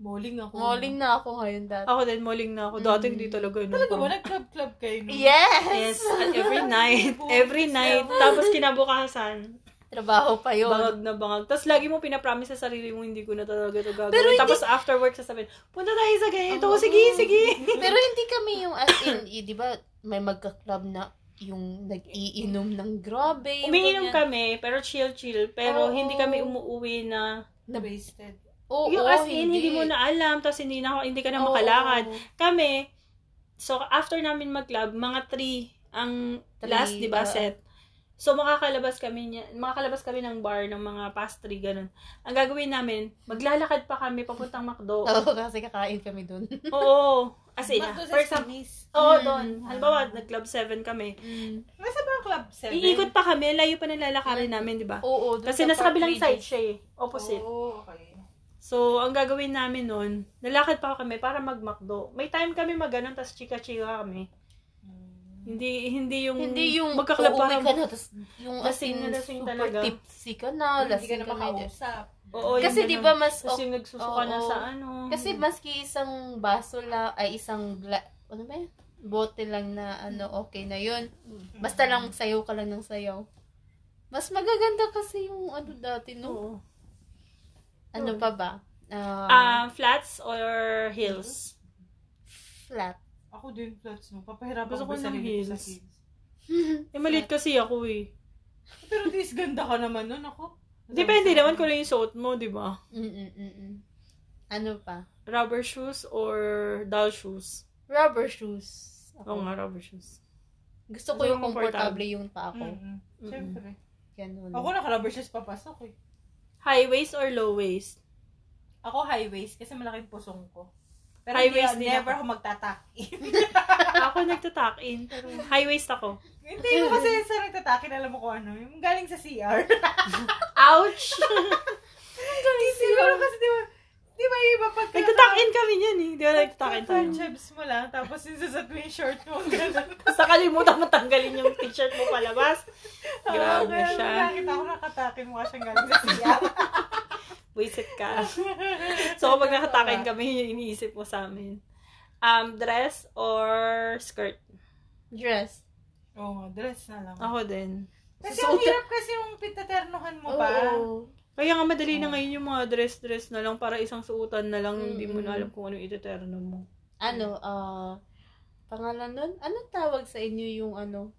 Speaker 1: Bowling ako.
Speaker 3: Malling na ako ngayon dati.
Speaker 2: Ako din, malling na ako. Dati
Speaker 3: Mm.
Speaker 2: hindi talaga nun.
Speaker 1: Talaga ba?
Speaker 2: Parang-
Speaker 1: Nag-club-club kayo nun?
Speaker 3: Yes!
Speaker 2: Yes, at every night. Every night. Tapos kinabukasan,
Speaker 3: Trabaho pa yun.
Speaker 2: bangag na bangag. Tapos lagi mo pinapromise sa sarili mo, hindi ko na talaga ito gagawin.
Speaker 3: Pero hindi-
Speaker 2: Tapos after work, sasabihin, punta tayo sa ganito.
Speaker 1: Oo.
Speaker 2: sige, sige.
Speaker 3: Pero hindi kami yung as in, eh, di ba, may magka-club na yung nag-iinom ng grabe. yung
Speaker 2: Umiinom
Speaker 3: ganyan.
Speaker 2: kami, pero chill-chill. Pero
Speaker 3: Oo.
Speaker 2: hindi kami umuuwi na,
Speaker 1: Na wasted.
Speaker 3: Oo,
Speaker 2: yung as in, hindi.
Speaker 3: hindi
Speaker 2: mo na alam. Tapos hindi, na, hindi ka na
Speaker 3: Oo,
Speaker 2: makalakad.
Speaker 3: oo.
Speaker 2: Kami, so after namin mag-club, mga three ang
Speaker 3: Three,
Speaker 2: last, di ba,
Speaker 3: oo.
Speaker 2: set. So, makakalabas kami, niya- makakalabas kami ng bar ng mga past three, ganun. Ang gagawin namin, maglalakad pa kami papuntang McDo.
Speaker 3: Oo, kasi kakain kami dun.
Speaker 2: Oo. As in,
Speaker 1: Bakit
Speaker 2: for
Speaker 1: sa
Speaker 2: example,
Speaker 1: Simis?
Speaker 2: oo,
Speaker 3: Mm.
Speaker 2: doon. Halimbawa, nag-club 7 kami.
Speaker 1: Nasa ba ang club 7?
Speaker 2: Iikot pa kami, layo pa ng
Speaker 3: Mm.
Speaker 2: lalakarin namin, di ba?
Speaker 3: Oo, dun
Speaker 2: Kasi
Speaker 3: sa
Speaker 2: nasa
Speaker 3: Park
Speaker 2: kabilang side
Speaker 3: Regis.
Speaker 2: siya eh. Opposite.
Speaker 1: Oo, okay.
Speaker 2: So, ang gagawin namin noon, lalakad pa kami para mag-McDo. May time kami mag-ganon, tapos chika-chika kami.
Speaker 1: Mm.
Speaker 2: Hindi hindi yung
Speaker 3: Hindi yung
Speaker 2: magkaklab
Speaker 3: uuwi
Speaker 2: parang-
Speaker 3: ka na, tas yung as
Speaker 2: Lasing
Speaker 3: in,
Speaker 2: na lasing
Speaker 3: super
Speaker 2: talaga.
Speaker 3: tipsy ka na,
Speaker 1: Hindi
Speaker 3: lasing
Speaker 1: ka na
Speaker 3: na.
Speaker 1: makausap.
Speaker 2: Oo, yung
Speaker 3: Kasi
Speaker 2: ganun.
Speaker 3: di ba mas
Speaker 2: Tapos yung nagsusuka na
Speaker 3: oo.
Speaker 2: sa ano.
Speaker 3: Kasi maski isang baso la ay isang gla, ano ba yun? bote lang na ano, okay na yun. Basta lang sayaw ka lang ng sayaw. Mas magaganda kasi yung ano dati, no?
Speaker 2: Oo.
Speaker 3: Ano pa ba? Ah,
Speaker 2: Ah, flats or hills?
Speaker 3: flat.
Speaker 1: Ako din, flats, no? Papahirapan
Speaker 2: Gusto
Speaker 1: ko ba
Speaker 2: ko ng
Speaker 1: sarili ko sa
Speaker 2: heels.
Speaker 1: heels?
Speaker 2: Eh, maliit kasi ako eh.
Speaker 1: Pero at least ganda ka naman nun, ako.
Speaker 2: Depende naman kung ano yung suot mo, di ba?
Speaker 3: Mm-mm-mm. Ano pa?
Speaker 2: Rubber shoes or doll shoes?
Speaker 3: Rubber shoes.
Speaker 2: Oo
Speaker 3: Ako.
Speaker 2: nga, rubber shoes.
Speaker 3: Gusto ko
Speaker 2: Gusto
Speaker 3: yung
Speaker 2: ko
Speaker 3: komportable yung
Speaker 2: Mm.
Speaker 3: pa ako.
Speaker 1: Mm-mm. Siyempre.
Speaker 3: Ganun.
Speaker 1: Ako naka-rubber shoes papasok eh.
Speaker 2: High waist or low waist?
Speaker 1: Ako high waist kasi malaking pusong ko. Pero high
Speaker 2: High
Speaker 1: waist
Speaker 2: waist din
Speaker 1: never
Speaker 2: ako.
Speaker 1: ako magtatak in.
Speaker 2: ako nagtatak in. Pero high waist ako.
Speaker 1: Hindi ko kasi sa nagtatakin alam mo kung ano. Yung galing sa CR.
Speaker 2: Ouch!
Speaker 1: Hindi siguro kasi di ba, di ba yung iba pagka...
Speaker 2: nagtatak in kami niyan eh. Di ba nagtatak in tayo?
Speaker 1: Chebs mo lang, tapos yung sa mo yung short mo, ganun.
Speaker 2: Tapos nakalimutan mo tanggalin yung t-shirt mo palabas. Grabe
Speaker 1: Kaya
Speaker 2: siya.
Speaker 1: Nakita ko nakatakin mukha siyang galing sa CR.
Speaker 2: Wisit ka. So, kapag nakatakin kami, yun yung iniisip mo sa amin. Um, dress or skirt?
Speaker 3: Dress.
Speaker 1: Oo, nga, dress na lang.
Speaker 2: Ako din.
Speaker 1: Kasi
Speaker 3: So,
Speaker 1: ang hirap kasi yung pitaternohan mo ba?
Speaker 3: Oo.
Speaker 2: Kaya nga madali na ngayon yung mga dress-dress na lang para isang suotan na lang, hindi mo na
Speaker 3: Mm-mm.
Speaker 2: alam kung anong iteterno mo.
Speaker 3: Ano, ah, pangalan nun? Anong tawag sa inyo yung ano?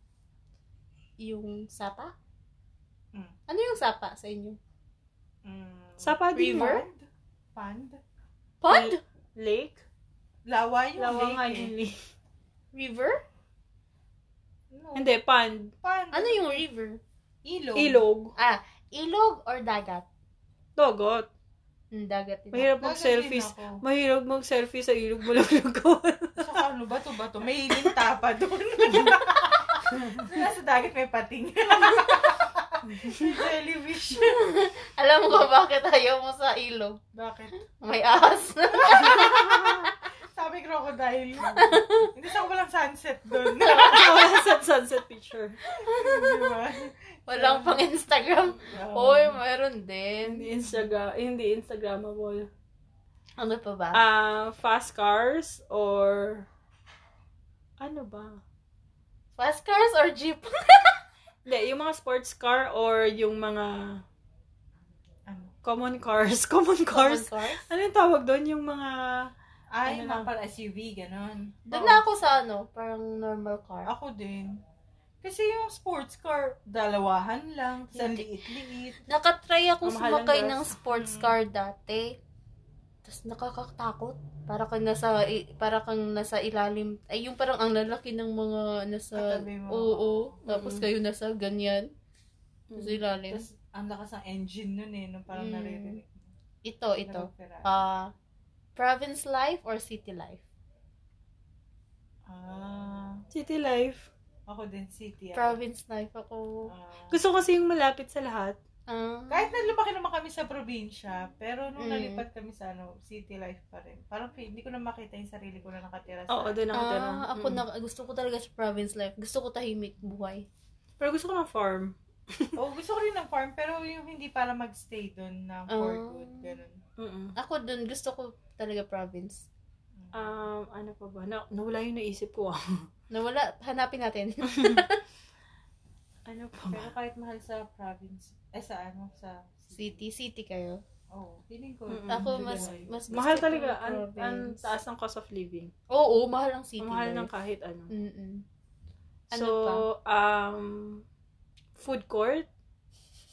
Speaker 3: Yung sapa?
Speaker 1: Mm.
Speaker 3: Ano yung sapa sa inyo?
Speaker 1: Mm.
Speaker 2: Sapa din mo?
Speaker 1: River? Pond?
Speaker 3: Pond?
Speaker 2: Lake?
Speaker 1: Lawa yung
Speaker 2: Lawa
Speaker 1: lake
Speaker 2: nga
Speaker 1: eh.
Speaker 2: yung lake.
Speaker 3: River?
Speaker 1: No.
Speaker 2: Hindi, pond.
Speaker 1: Pond.
Speaker 3: Ano yung river?
Speaker 1: Ilog.
Speaker 2: Ilog.
Speaker 3: Ah, ilog or dagat?
Speaker 2: Dogot.
Speaker 3: Hmm, dagat din.
Speaker 2: Mahirap
Speaker 1: Dagat
Speaker 2: mag-selfies.
Speaker 1: din ako.
Speaker 2: Mahirap mag-selfie sa ilog malaglag ko.
Speaker 1: Saka ano ba to ba to? May linta pa doon. Nasa dagat may pating. may jellyfish.
Speaker 3: Alam ko bakit ayaw mo sa ilog.
Speaker 1: Bakit?
Speaker 3: May ahas.
Speaker 1: Sabi crocodile. Hindi sa walang sunset doon.
Speaker 2: sunset, sunset picture.
Speaker 1: Di ba?
Speaker 3: Walang pang Instagram. Oy, meron din.
Speaker 2: Hindi Instagram, hindi Instagrammable.
Speaker 3: Ano pa ba?
Speaker 2: Ah, fast cars or ano ba?
Speaker 3: Fast cars or jeep?
Speaker 2: Hindi, yung mga sports car or yung mga
Speaker 1: Ano?
Speaker 2: common cars. Common
Speaker 3: Common
Speaker 2: cars?
Speaker 3: cars?
Speaker 2: Ano yung tawag doon? Yung mga...
Speaker 1: Ay,
Speaker 2: Ano
Speaker 1: mga
Speaker 2: lang?
Speaker 1: pala SUV, ganun.
Speaker 3: Doon
Speaker 2: Oo.
Speaker 3: na ako sa ano, parang normal car.
Speaker 1: Ako din. Kasi yung sports car, dalawahan lang. Sa liit-liit.
Speaker 3: Nakatry ako
Speaker 2: Ang mahal ng
Speaker 3: sumakay
Speaker 2: gas.
Speaker 3: ng sports
Speaker 1: Mm.
Speaker 3: car dati. Tapos nakakatakot. Para kang nasa i- para kang nasa ilalim. Ay yung parang ang lalaki ng mga nasa
Speaker 1: Katabi mo.
Speaker 3: oo, tapos
Speaker 2: Mm.
Speaker 3: kayo nasa ganyan. Nasa ilalim.
Speaker 1: Tapos, ang lakas ng engine nun eh, nung parang
Speaker 3: Mm.
Speaker 1: naririnig.
Speaker 3: ito, ito.
Speaker 1: Narapira.
Speaker 3: Ah, province life or city life?
Speaker 1: Ah,
Speaker 2: City life.
Speaker 1: ako din, city. ako.
Speaker 3: Province life ako.
Speaker 1: Ah.
Speaker 2: Gusto ko kasi yung malapit sa lahat.
Speaker 3: Ah.
Speaker 1: kahit na lumaki naman kami sa probinsya, pero nung
Speaker 3: Mm.
Speaker 1: nalipat kami sa ano, city life pa rin. Parang fi- hindi ko na makita yung sarili ko na nakatira sa...
Speaker 2: Oo, doon ako tira.
Speaker 3: Ah, ako
Speaker 2: Mm.
Speaker 3: na, gusto ko talaga sa province life. Gusto ko tahimik buhay.
Speaker 2: Pero gusto ko ng farm.
Speaker 1: Oo, Oh, gusto ko rin ng farm, pero yung hindi para magstay doon na for
Speaker 3: Ah.
Speaker 1: good, ganun.
Speaker 2: Mm-mm.
Speaker 3: Ako dun, gusto ko talaga province.
Speaker 1: Mm.
Speaker 2: Um, ano pa ba? Na, nawala yung naisip ko ah.
Speaker 3: Nawala, hanapin natin.
Speaker 2: Ano pa ba?
Speaker 1: Pero kahit mahal sa province, eh sa ano, sa
Speaker 3: city, city kayo.
Speaker 1: Oo, oh, feeling ko.
Speaker 2: Mm-mm.
Speaker 3: Ako
Speaker 2: City
Speaker 3: mas
Speaker 2: life.
Speaker 3: mas gusto
Speaker 2: Mahal
Speaker 3: ko
Speaker 2: talaga.
Speaker 3: yung
Speaker 2: Ang, ang
Speaker 3: province.
Speaker 2: taas ng cost of living.
Speaker 3: Oo, mahal ang city.
Speaker 2: Ang mahal ng
Speaker 3: life.
Speaker 2: kahit ano.
Speaker 3: Mm-mm. Ano
Speaker 2: so, um, food court?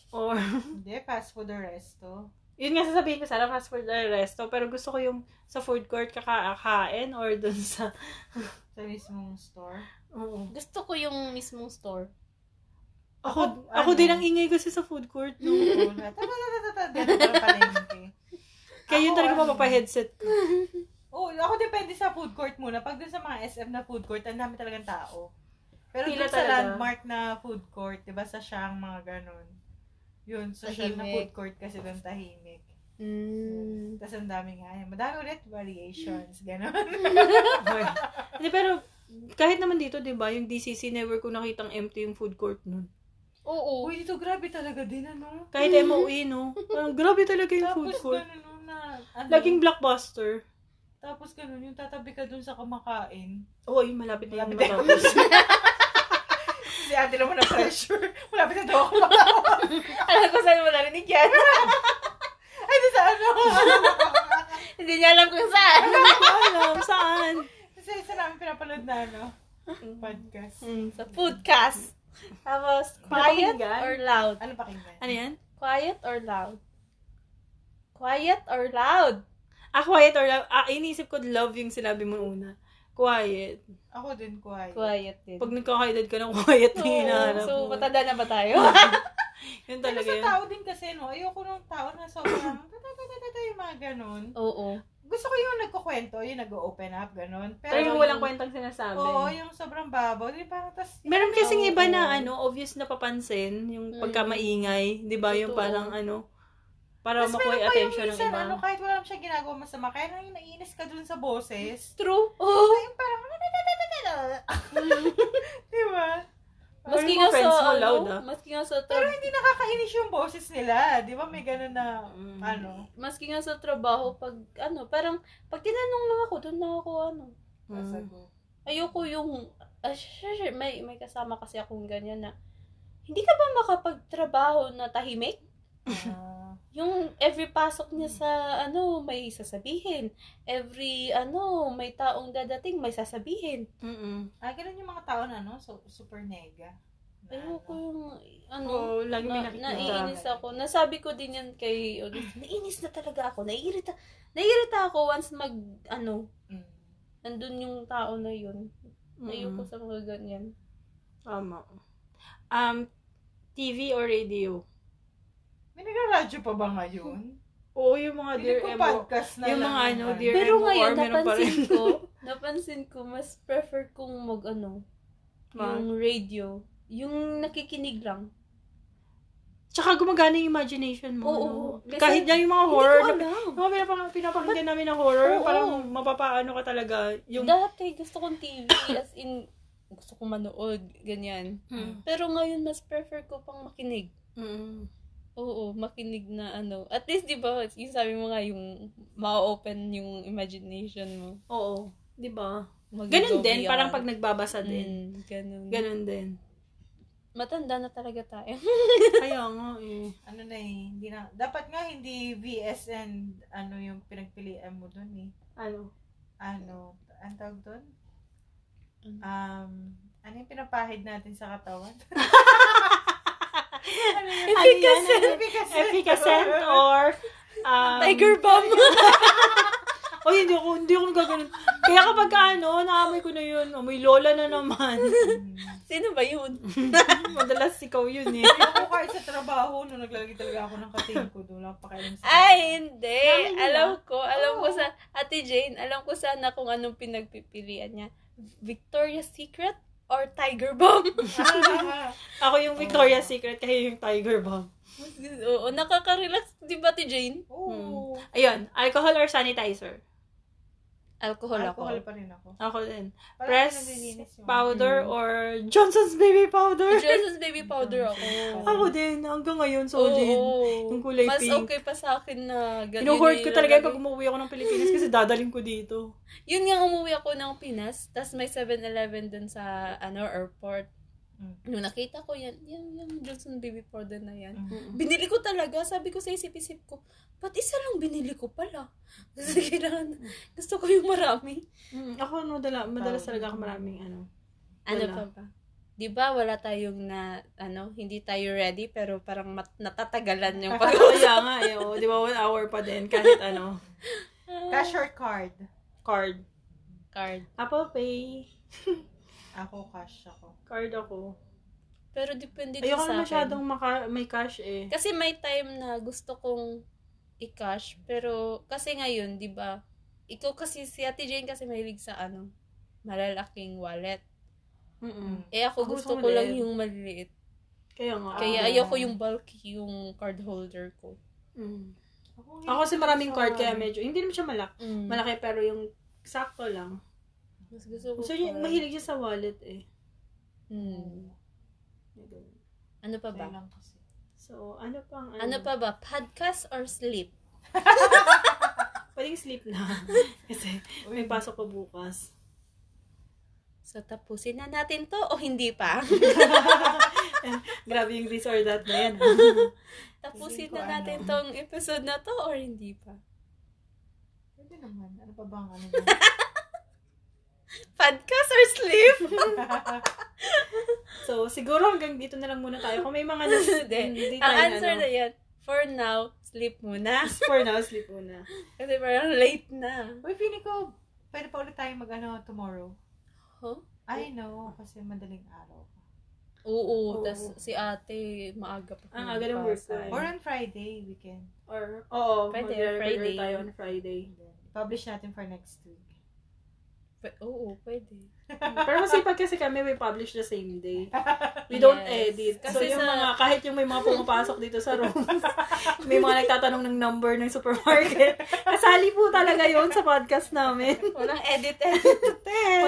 Speaker 2: Or,
Speaker 1: Hindi, fast food or resto.
Speaker 2: yun nga sasabihin ko sana fast food or resto, pero gusto ko yung sa food court kakakain or dun sa,
Speaker 1: Sa mismong store.
Speaker 2: oo.
Speaker 3: Gusto ko yung mismong store.
Speaker 1: Ako,
Speaker 2: Ako, ako, din
Speaker 1: ano?
Speaker 2: ang ingay kasi sa food court. No?
Speaker 1: Oo, na- tatatatata, ganun parang palengke.
Speaker 2: Kaya yun
Speaker 1: Ako,
Speaker 2: talaga
Speaker 1: ano?
Speaker 2: mapapaheadset ko.
Speaker 1: Oo, Oh, ako depende sa food court muna. Pag dun sa mga SM na food court, ang dami talagang tao. Pero dun
Speaker 2: Pila
Speaker 1: sa
Speaker 2: talaga.
Speaker 1: landmark na food court, di ba sa Siang, mga ganun. Yun, sa Siang na
Speaker 3: Tahimik.
Speaker 1: food court kasi dun tahimik.
Speaker 3: Mm.
Speaker 1: Tapos ang daming ay, madami ulit variations, ganun.
Speaker 2: Ay. Hindi, pero kahit naman dito, di ba, yung DCC, never ko nakitang empty yung food court nun.
Speaker 3: Oo.
Speaker 1: Uy, dito grabe talaga din, ano?
Speaker 2: Kahit MOE, no? Parang grabe talaga yung food
Speaker 1: Tapos
Speaker 2: court.
Speaker 1: ganun no, na, ano,
Speaker 2: Laging blockbuster.
Speaker 1: Tapos ganun, yung tatabi ka dun sa kumakain.
Speaker 2: Oo, yun, malapit na yan.
Speaker 1: Malapit na.
Speaker 2: matapos.
Speaker 1: Si ate naman na pressure. Malapit na daw ako kumakain.
Speaker 3: Alam ko saan mo narinig yan.
Speaker 1: Ay, di sa ano.
Speaker 3: Hindi niya alam kung saan.
Speaker 2: Alam, saan?
Speaker 1: Kasi isa namin pinapanood na ano. Podcast.
Speaker 2: Mm.
Speaker 3: Sa foodcast. Tapos, quiet
Speaker 2: Pinapakinggan?
Speaker 3: or loud?
Speaker 1: Ano pakinggan?
Speaker 2: Ano yan?
Speaker 3: Quiet or loud? Quiet or loud?
Speaker 2: Ah, quiet or love. Ah, iniisip ko love yung sinabi mo una. Quiet.
Speaker 1: Ako din, quiet.
Speaker 3: Quiet din.
Speaker 2: Pag nagkakaedad ka ng quiet na
Speaker 3: Oo,
Speaker 2: hinahanap
Speaker 3: so,
Speaker 2: mo.
Speaker 3: matanda na ba tayo?
Speaker 2: Yun
Speaker 1: Pero
Speaker 2: talaga
Speaker 1: sa
Speaker 2: yun.
Speaker 1: tao din kasi, no? Ayoko ng tao na sobrang tatatatatata yung mga ganun.
Speaker 3: Oo.
Speaker 1: Gusto ko yung nagkukwento, yung nag-open up, ganun. Pero,
Speaker 2: Pero yung walang kwentang sinasabi.
Speaker 1: Oo, yung sobrang babaw. Di parang tas...
Speaker 2: Meron kasing
Speaker 3: Oo.
Speaker 2: iba na ano, obvious na papansin yung
Speaker 3: Mm.
Speaker 2: pagka maingay, 'di ba? Yung
Speaker 3: Totoo.
Speaker 2: parang ano para
Speaker 1: Tapos
Speaker 2: makuha
Speaker 1: meron
Speaker 2: yung
Speaker 1: pa yung
Speaker 2: attention ng
Speaker 1: minsan,
Speaker 2: iba.
Speaker 1: ano, kahit wala siyang ginagawa masama, kaya nang naiinis ka dun sa boses.
Speaker 3: True.
Speaker 1: Oo,
Speaker 2: Oh.
Speaker 3: Oo.
Speaker 1: yung parang... "Ano, Di ba?
Speaker 3: Maski
Speaker 2: Yung
Speaker 3: nga
Speaker 2: mga
Speaker 3: sa,
Speaker 2: friends mo,
Speaker 3: ano,
Speaker 2: loud, ah.
Speaker 3: maski nga sa,
Speaker 1: Pero
Speaker 3: tra-
Speaker 1: hindi nakakainis yung boses nila. Di ba? May ganun na,
Speaker 2: Mm.
Speaker 1: ano.
Speaker 3: maski nga sa trabaho, pag, ano, parang, pag tinanong lang ako, doon na ako, ano,
Speaker 2: Mm.
Speaker 3: ayoko yung, ah, sure, sure, may, may kasama kasi akong ganyan na, hindi ka ba makapagtrabaho na tahimik?
Speaker 1: Ah.
Speaker 3: Yung every pasok niya sa ano, may sasabihin. Every ano, may taong dadating, may sasabihin.
Speaker 2: Mm-mm.
Speaker 1: Ah, ganun yung mga tao na, no? So, super nega. Na,
Speaker 3: Ayoko
Speaker 1: ano.
Speaker 3: yung ano,
Speaker 2: Oo, lagi may
Speaker 3: na,
Speaker 2: nakikita.
Speaker 3: naiinis ako. Nasabi ko din yan kay Odette. Ah, Naiinis na talaga ako. Naiirita, naiirita ako once mag ano,
Speaker 1: Mm.
Speaker 3: nandun yung tao na yun.
Speaker 2: Mm-mm.
Speaker 3: Ayoko sa mga ganyan.
Speaker 2: Tama. Um TV or radio?
Speaker 1: May nagra-radyo pa ba ngayon?
Speaker 2: Oo, yung mga
Speaker 1: Hindi
Speaker 2: Oh, Dear
Speaker 1: ko
Speaker 2: Emo.
Speaker 1: podcast na
Speaker 2: Yung
Speaker 1: lang.
Speaker 2: mga ano,
Speaker 1: yan.
Speaker 2: Dear
Speaker 3: Pero
Speaker 2: Emo
Speaker 3: ngayon,
Speaker 2: or meron pa rin.
Speaker 3: napansin ko, napansin ko, mas prefer kong mag ano,
Speaker 2: Mag-
Speaker 3: yung radio. Yung nakikinig lang.
Speaker 2: Tsaka gumagana yung imagination mo.
Speaker 3: Oo.
Speaker 2: no?
Speaker 3: Kasi
Speaker 2: Kahit na yung mga horror.
Speaker 3: Hindi
Speaker 2: na-
Speaker 3: ko alam.
Speaker 2: Yung mga pinapang, pinapakinggan namin ng horror,
Speaker 3: Oo.
Speaker 2: parang mapapaano ka talaga. Yung,
Speaker 3: Dati, gusto kong TV, as in, gusto kong manood, ganyan.
Speaker 2: Mm.
Speaker 3: Pero ngayon, mas prefer ko pang makinig.
Speaker 2: Mm.
Speaker 3: Oo, makinig na ano. At least, di ba, yung sabi mo nga, yung ma-open yung imagination mo.
Speaker 2: Oo. Di ba?
Speaker 3: Mag-
Speaker 2: Ganun
Speaker 3: go
Speaker 2: din,
Speaker 3: beyond.
Speaker 2: parang pag nagbabasa din.
Speaker 3: Mm, ganun.
Speaker 2: Ganun din.
Speaker 3: Matanda na talaga tayo.
Speaker 2: Kaya nga eh.
Speaker 1: Ano na eh, hindi na, dapat nga hindi VS and ano yung pinagpilian mo dun eh.
Speaker 2: Ano?
Speaker 1: Ano, ang tawag dun?
Speaker 2: Mm.
Speaker 1: Um, ano yung pinapahid natin sa katawan? ano yun?
Speaker 2: Efficacent.
Speaker 1: Efficacent.
Speaker 2: Efficacent or um,
Speaker 3: Tiger bomb.
Speaker 2: Oh, hindi ako, hindi ako gaganon. Kaya kapag ka, ano, naamoy ko na yun. Amoy lola na naman.
Speaker 1: Mm.
Speaker 3: Sino ba yun?
Speaker 2: Madalas ikaw yun eh.
Speaker 1: Ako kahit sa trabaho, nung naglalagay talaga ako ng katingin ko, doon lang pakialam sa
Speaker 3: Ay, hindi.
Speaker 2: Alam niyo Oh.
Speaker 3: alam ko. Alam ko
Speaker 1: Oo.
Speaker 3: sa Ate Jane, alam ko sana kung anong pinagpipilian niya. Victoria's Secret or Tiger Bomb?
Speaker 1: Ah, ah, ah.
Speaker 2: Ako yung Victoria's Secret, kayo yung Tiger Bomb.
Speaker 3: Oo, nakaka-relax. Di ba, Ate Jane?
Speaker 1: Oo.
Speaker 2: Ayun, alcohol or sanitizer?
Speaker 3: Alcohol,
Speaker 1: Alcohol
Speaker 3: ako.
Speaker 1: pa rin ako.
Speaker 2: Ako din.
Speaker 1: Parang
Speaker 2: Press
Speaker 1: nalilinis yung-
Speaker 2: powder or Johnson's Baby Powder?
Speaker 3: Johnson's Baby Powder ako.
Speaker 2: Ako din, hanggang ngayon,
Speaker 3: Oo.
Speaker 2: solid. Yung kulay
Speaker 3: Mas
Speaker 2: pink.
Speaker 3: okay pa sa akin na eh. ganun.
Speaker 2: Pinuhoard ko
Speaker 3: yung
Speaker 2: talaga
Speaker 3: ilalagay.
Speaker 2: yun pag umuwi ako ng Pilipinas kasi dadaling ko dito.
Speaker 3: Yun nga, umuwi ako ng Pinas, tas may 7-Eleven dun sa ano airport.
Speaker 2: Hmm.
Speaker 1: Mm.
Speaker 3: Nung nakita ko yan, yan, yung Johnson Baby Powder na yan.
Speaker 1: Mm.
Speaker 3: Binili ko talaga. Sabi ko sa isip-isip ko, ba't isa lang binili ko pala? Kasi kailangan, gusto ko yung marami.
Speaker 2: Mm, Ako, no, dala, madalas
Speaker 1: Powder.
Speaker 2: talaga ako maraming ano.
Speaker 3: Ano
Speaker 2: Wala.
Speaker 3: pa ba? Di ba wala tayong na, ano, hindi tayo ready pero parang mat- natatagalan yung pag
Speaker 2: Kaya nga, eh, oh, di ba, one hour pa din kahit ano,
Speaker 1: Cash or card?
Speaker 2: card.
Speaker 3: card.
Speaker 2: Apple Pay.
Speaker 1: Ako, cash ako.
Speaker 2: Card ako.
Speaker 3: Pero depende din
Speaker 2: Ayoko
Speaker 3: sa
Speaker 2: na
Speaker 3: akin.
Speaker 2: masyadong maka- may cash eh.
Speaker 3: Kasi may time na gusto kong i-cash pero kasi ngayon, di ba, ikaw kasi, si Ate Jane kasi mahilig sa ano, malalaking wallet.
Speaker 2: Mm-mm.
Speaker 3: Eh
Speaker 2: Ako
Speaker 3: ako gusto
Speaker 2: gusto
Speaker 3: ko lang
Speaker 2: maliit.
Speaker 3: yung maliit.
Speaker 2: Kaya nga.
Speaker 3: Kaya
Speaker 1: Ah.
Speaker 3: ayoko yung bulky yung card holder ko.
Speaker 2: Mm.
Speaker 1: Ako,
Speaker 2: Ako kasi maraming card kaya medyo, hindi naman siya malaki.
Speaker 3: Malaki.
Speaker 2: Malaki pero yung sakto lang.
Speaker 3: Mas gusto ko.
Speaker 2: So, yun,
Speaker 3: card.
Speaker 2: mahilig siya sa wallet eh.
Speaker 3: Mm. Ano pa ba?
Speaker 1: Kaya lang kasi.
Speaker 2: So, ano pang
Speaker 3: Ano pa ba? Podcast or sleep?
Speaker 2: Pwedeng sleep na. Kasi may pasok ko bukas.
Speaker 3: So, tapusin na natin to o hindi pa?
Speaker 2: Grabe yung this or that na yan.
Speaker 3: tapusin
Speaker 1: Hindi ko
Speaker 3: na natin
Speaker 1: ano.
Speaker 3: tong episode na to or hindi pa?
Speaker 1: Pwede naman. Ano pa ba ang ano?
Speaker 3: Podcast or sleep?
Speaker 2: so, siguro hanggang dito na lang muna tayo. Kung may mga nas-
Speaker 3: Hindi. ano. Ang answer na yan, for now, sleep muna.
Speaker 2: ano, For now, sleep muna.
Speaker 3: Kasi parang late na.
Speaker 1: Uy, feeling ko, pwede pa ulit tayong mag-ano tomorrow.
Speaker 3: Huh?
Speaker 1: I know, kasi madaling araw.
Speaker 3: Oo, Ah,
Speaker 2: Oo.
Speaker 3: tas si ate, maaga pa.
Speaker 2: Ang aga ng work time.
Speaker 1: Or on Friday, weekend.
Speaker 2: Or, oo,
Speaker 3: Pwede,
Speaker 2: mag-regular
Speaker 3: Friday.
Speaker 2: tayo on Friday.
Speaker 1: Publish natin for next week.
Speaker 3: P- oo, pwede.
Speaker 2: Pero masipag kasi kami, we publish the same day. We don't
Speaker 3: Yes.
Speaker 2: edit. so,
Speaker 3: Kasi
Speaker 2: yung
Speaker 3: sa-
Speaker 2: mga, kahit yung may mga pumapasok dito sa room, may mga nagtatanong ng number ng supermarket. Kasali po talaga yon sa podcast namin.
Speaker 3: Walang edit, edit.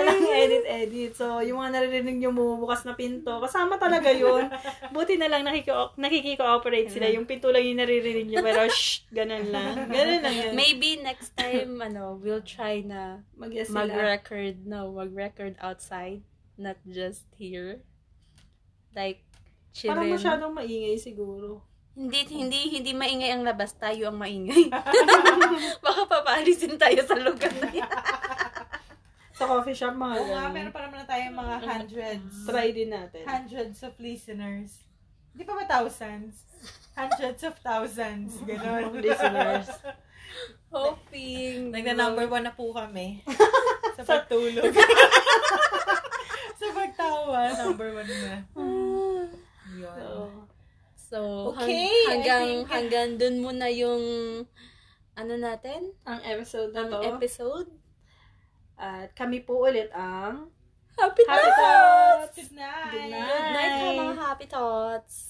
Speaker 2: Walang edit-edit. So, yung mga naririnig yung bumubukas na pinto, kasama talaga yun. Buti na lang nakiko- nakikiko-operate sila. Yung pinto lang yung naririnig nyo, pero shh, ganun lang. Ganun lang yun.
Speaker 3: Maybe next time, ano, we'll try na
Speaker 2: Mag-yes sila.
Speaker 3: mag-record, no, mag-record outside, not just here. Like,
Speaker 2: Parang
Speaker 3: chillin.
Speaker 2: masyadong maingay siguro.
Speaker 3: Hindi, hindi, hindi maingay ang labas, tayo ang maingay. Baka papaalisin tayo sa lugar na yan.
Speaker 2: Sa coffee shop, mga
Speaker 1: Oo nga,
Speaker 2: ganun.
Speaker 1: meron pa naman na tayong mga hundreds.
Speaker 2: Try din natin.
Speaker 1: Hundreds of listeners. Hindi pa ba thousands? Hundreds of thousands. Ganon.
Speaker 2: Of listeners.
Speaker 3: Hoping.
Speaker 1: Nagna-number one na po kami. sa pagtulog. sa pagtawa, number one na. Yun.
Speaker 2: So,
Speaker 3: Ah. So, hang-
Speaker 1: Okay, I
Speaker 3: hanggang,
Speaker 1: think-
Speaker 3: hanggang dun muna yung, ano natin?
Speaker 2: ang episode na
Speaker 3: Ang
Speaker 2: Ano to.
Speaker 3: episode?
Speaker 2: At kami po ulit ang
Speaker 3: Happy,
Speaker 2: Happy
Speaker 3: Thoughts!
Speaker 2: Thoughts!
Speaker 1: Good night.
Speaker 2: Good night.
Speaker 3: Good night, mga happy thoughts!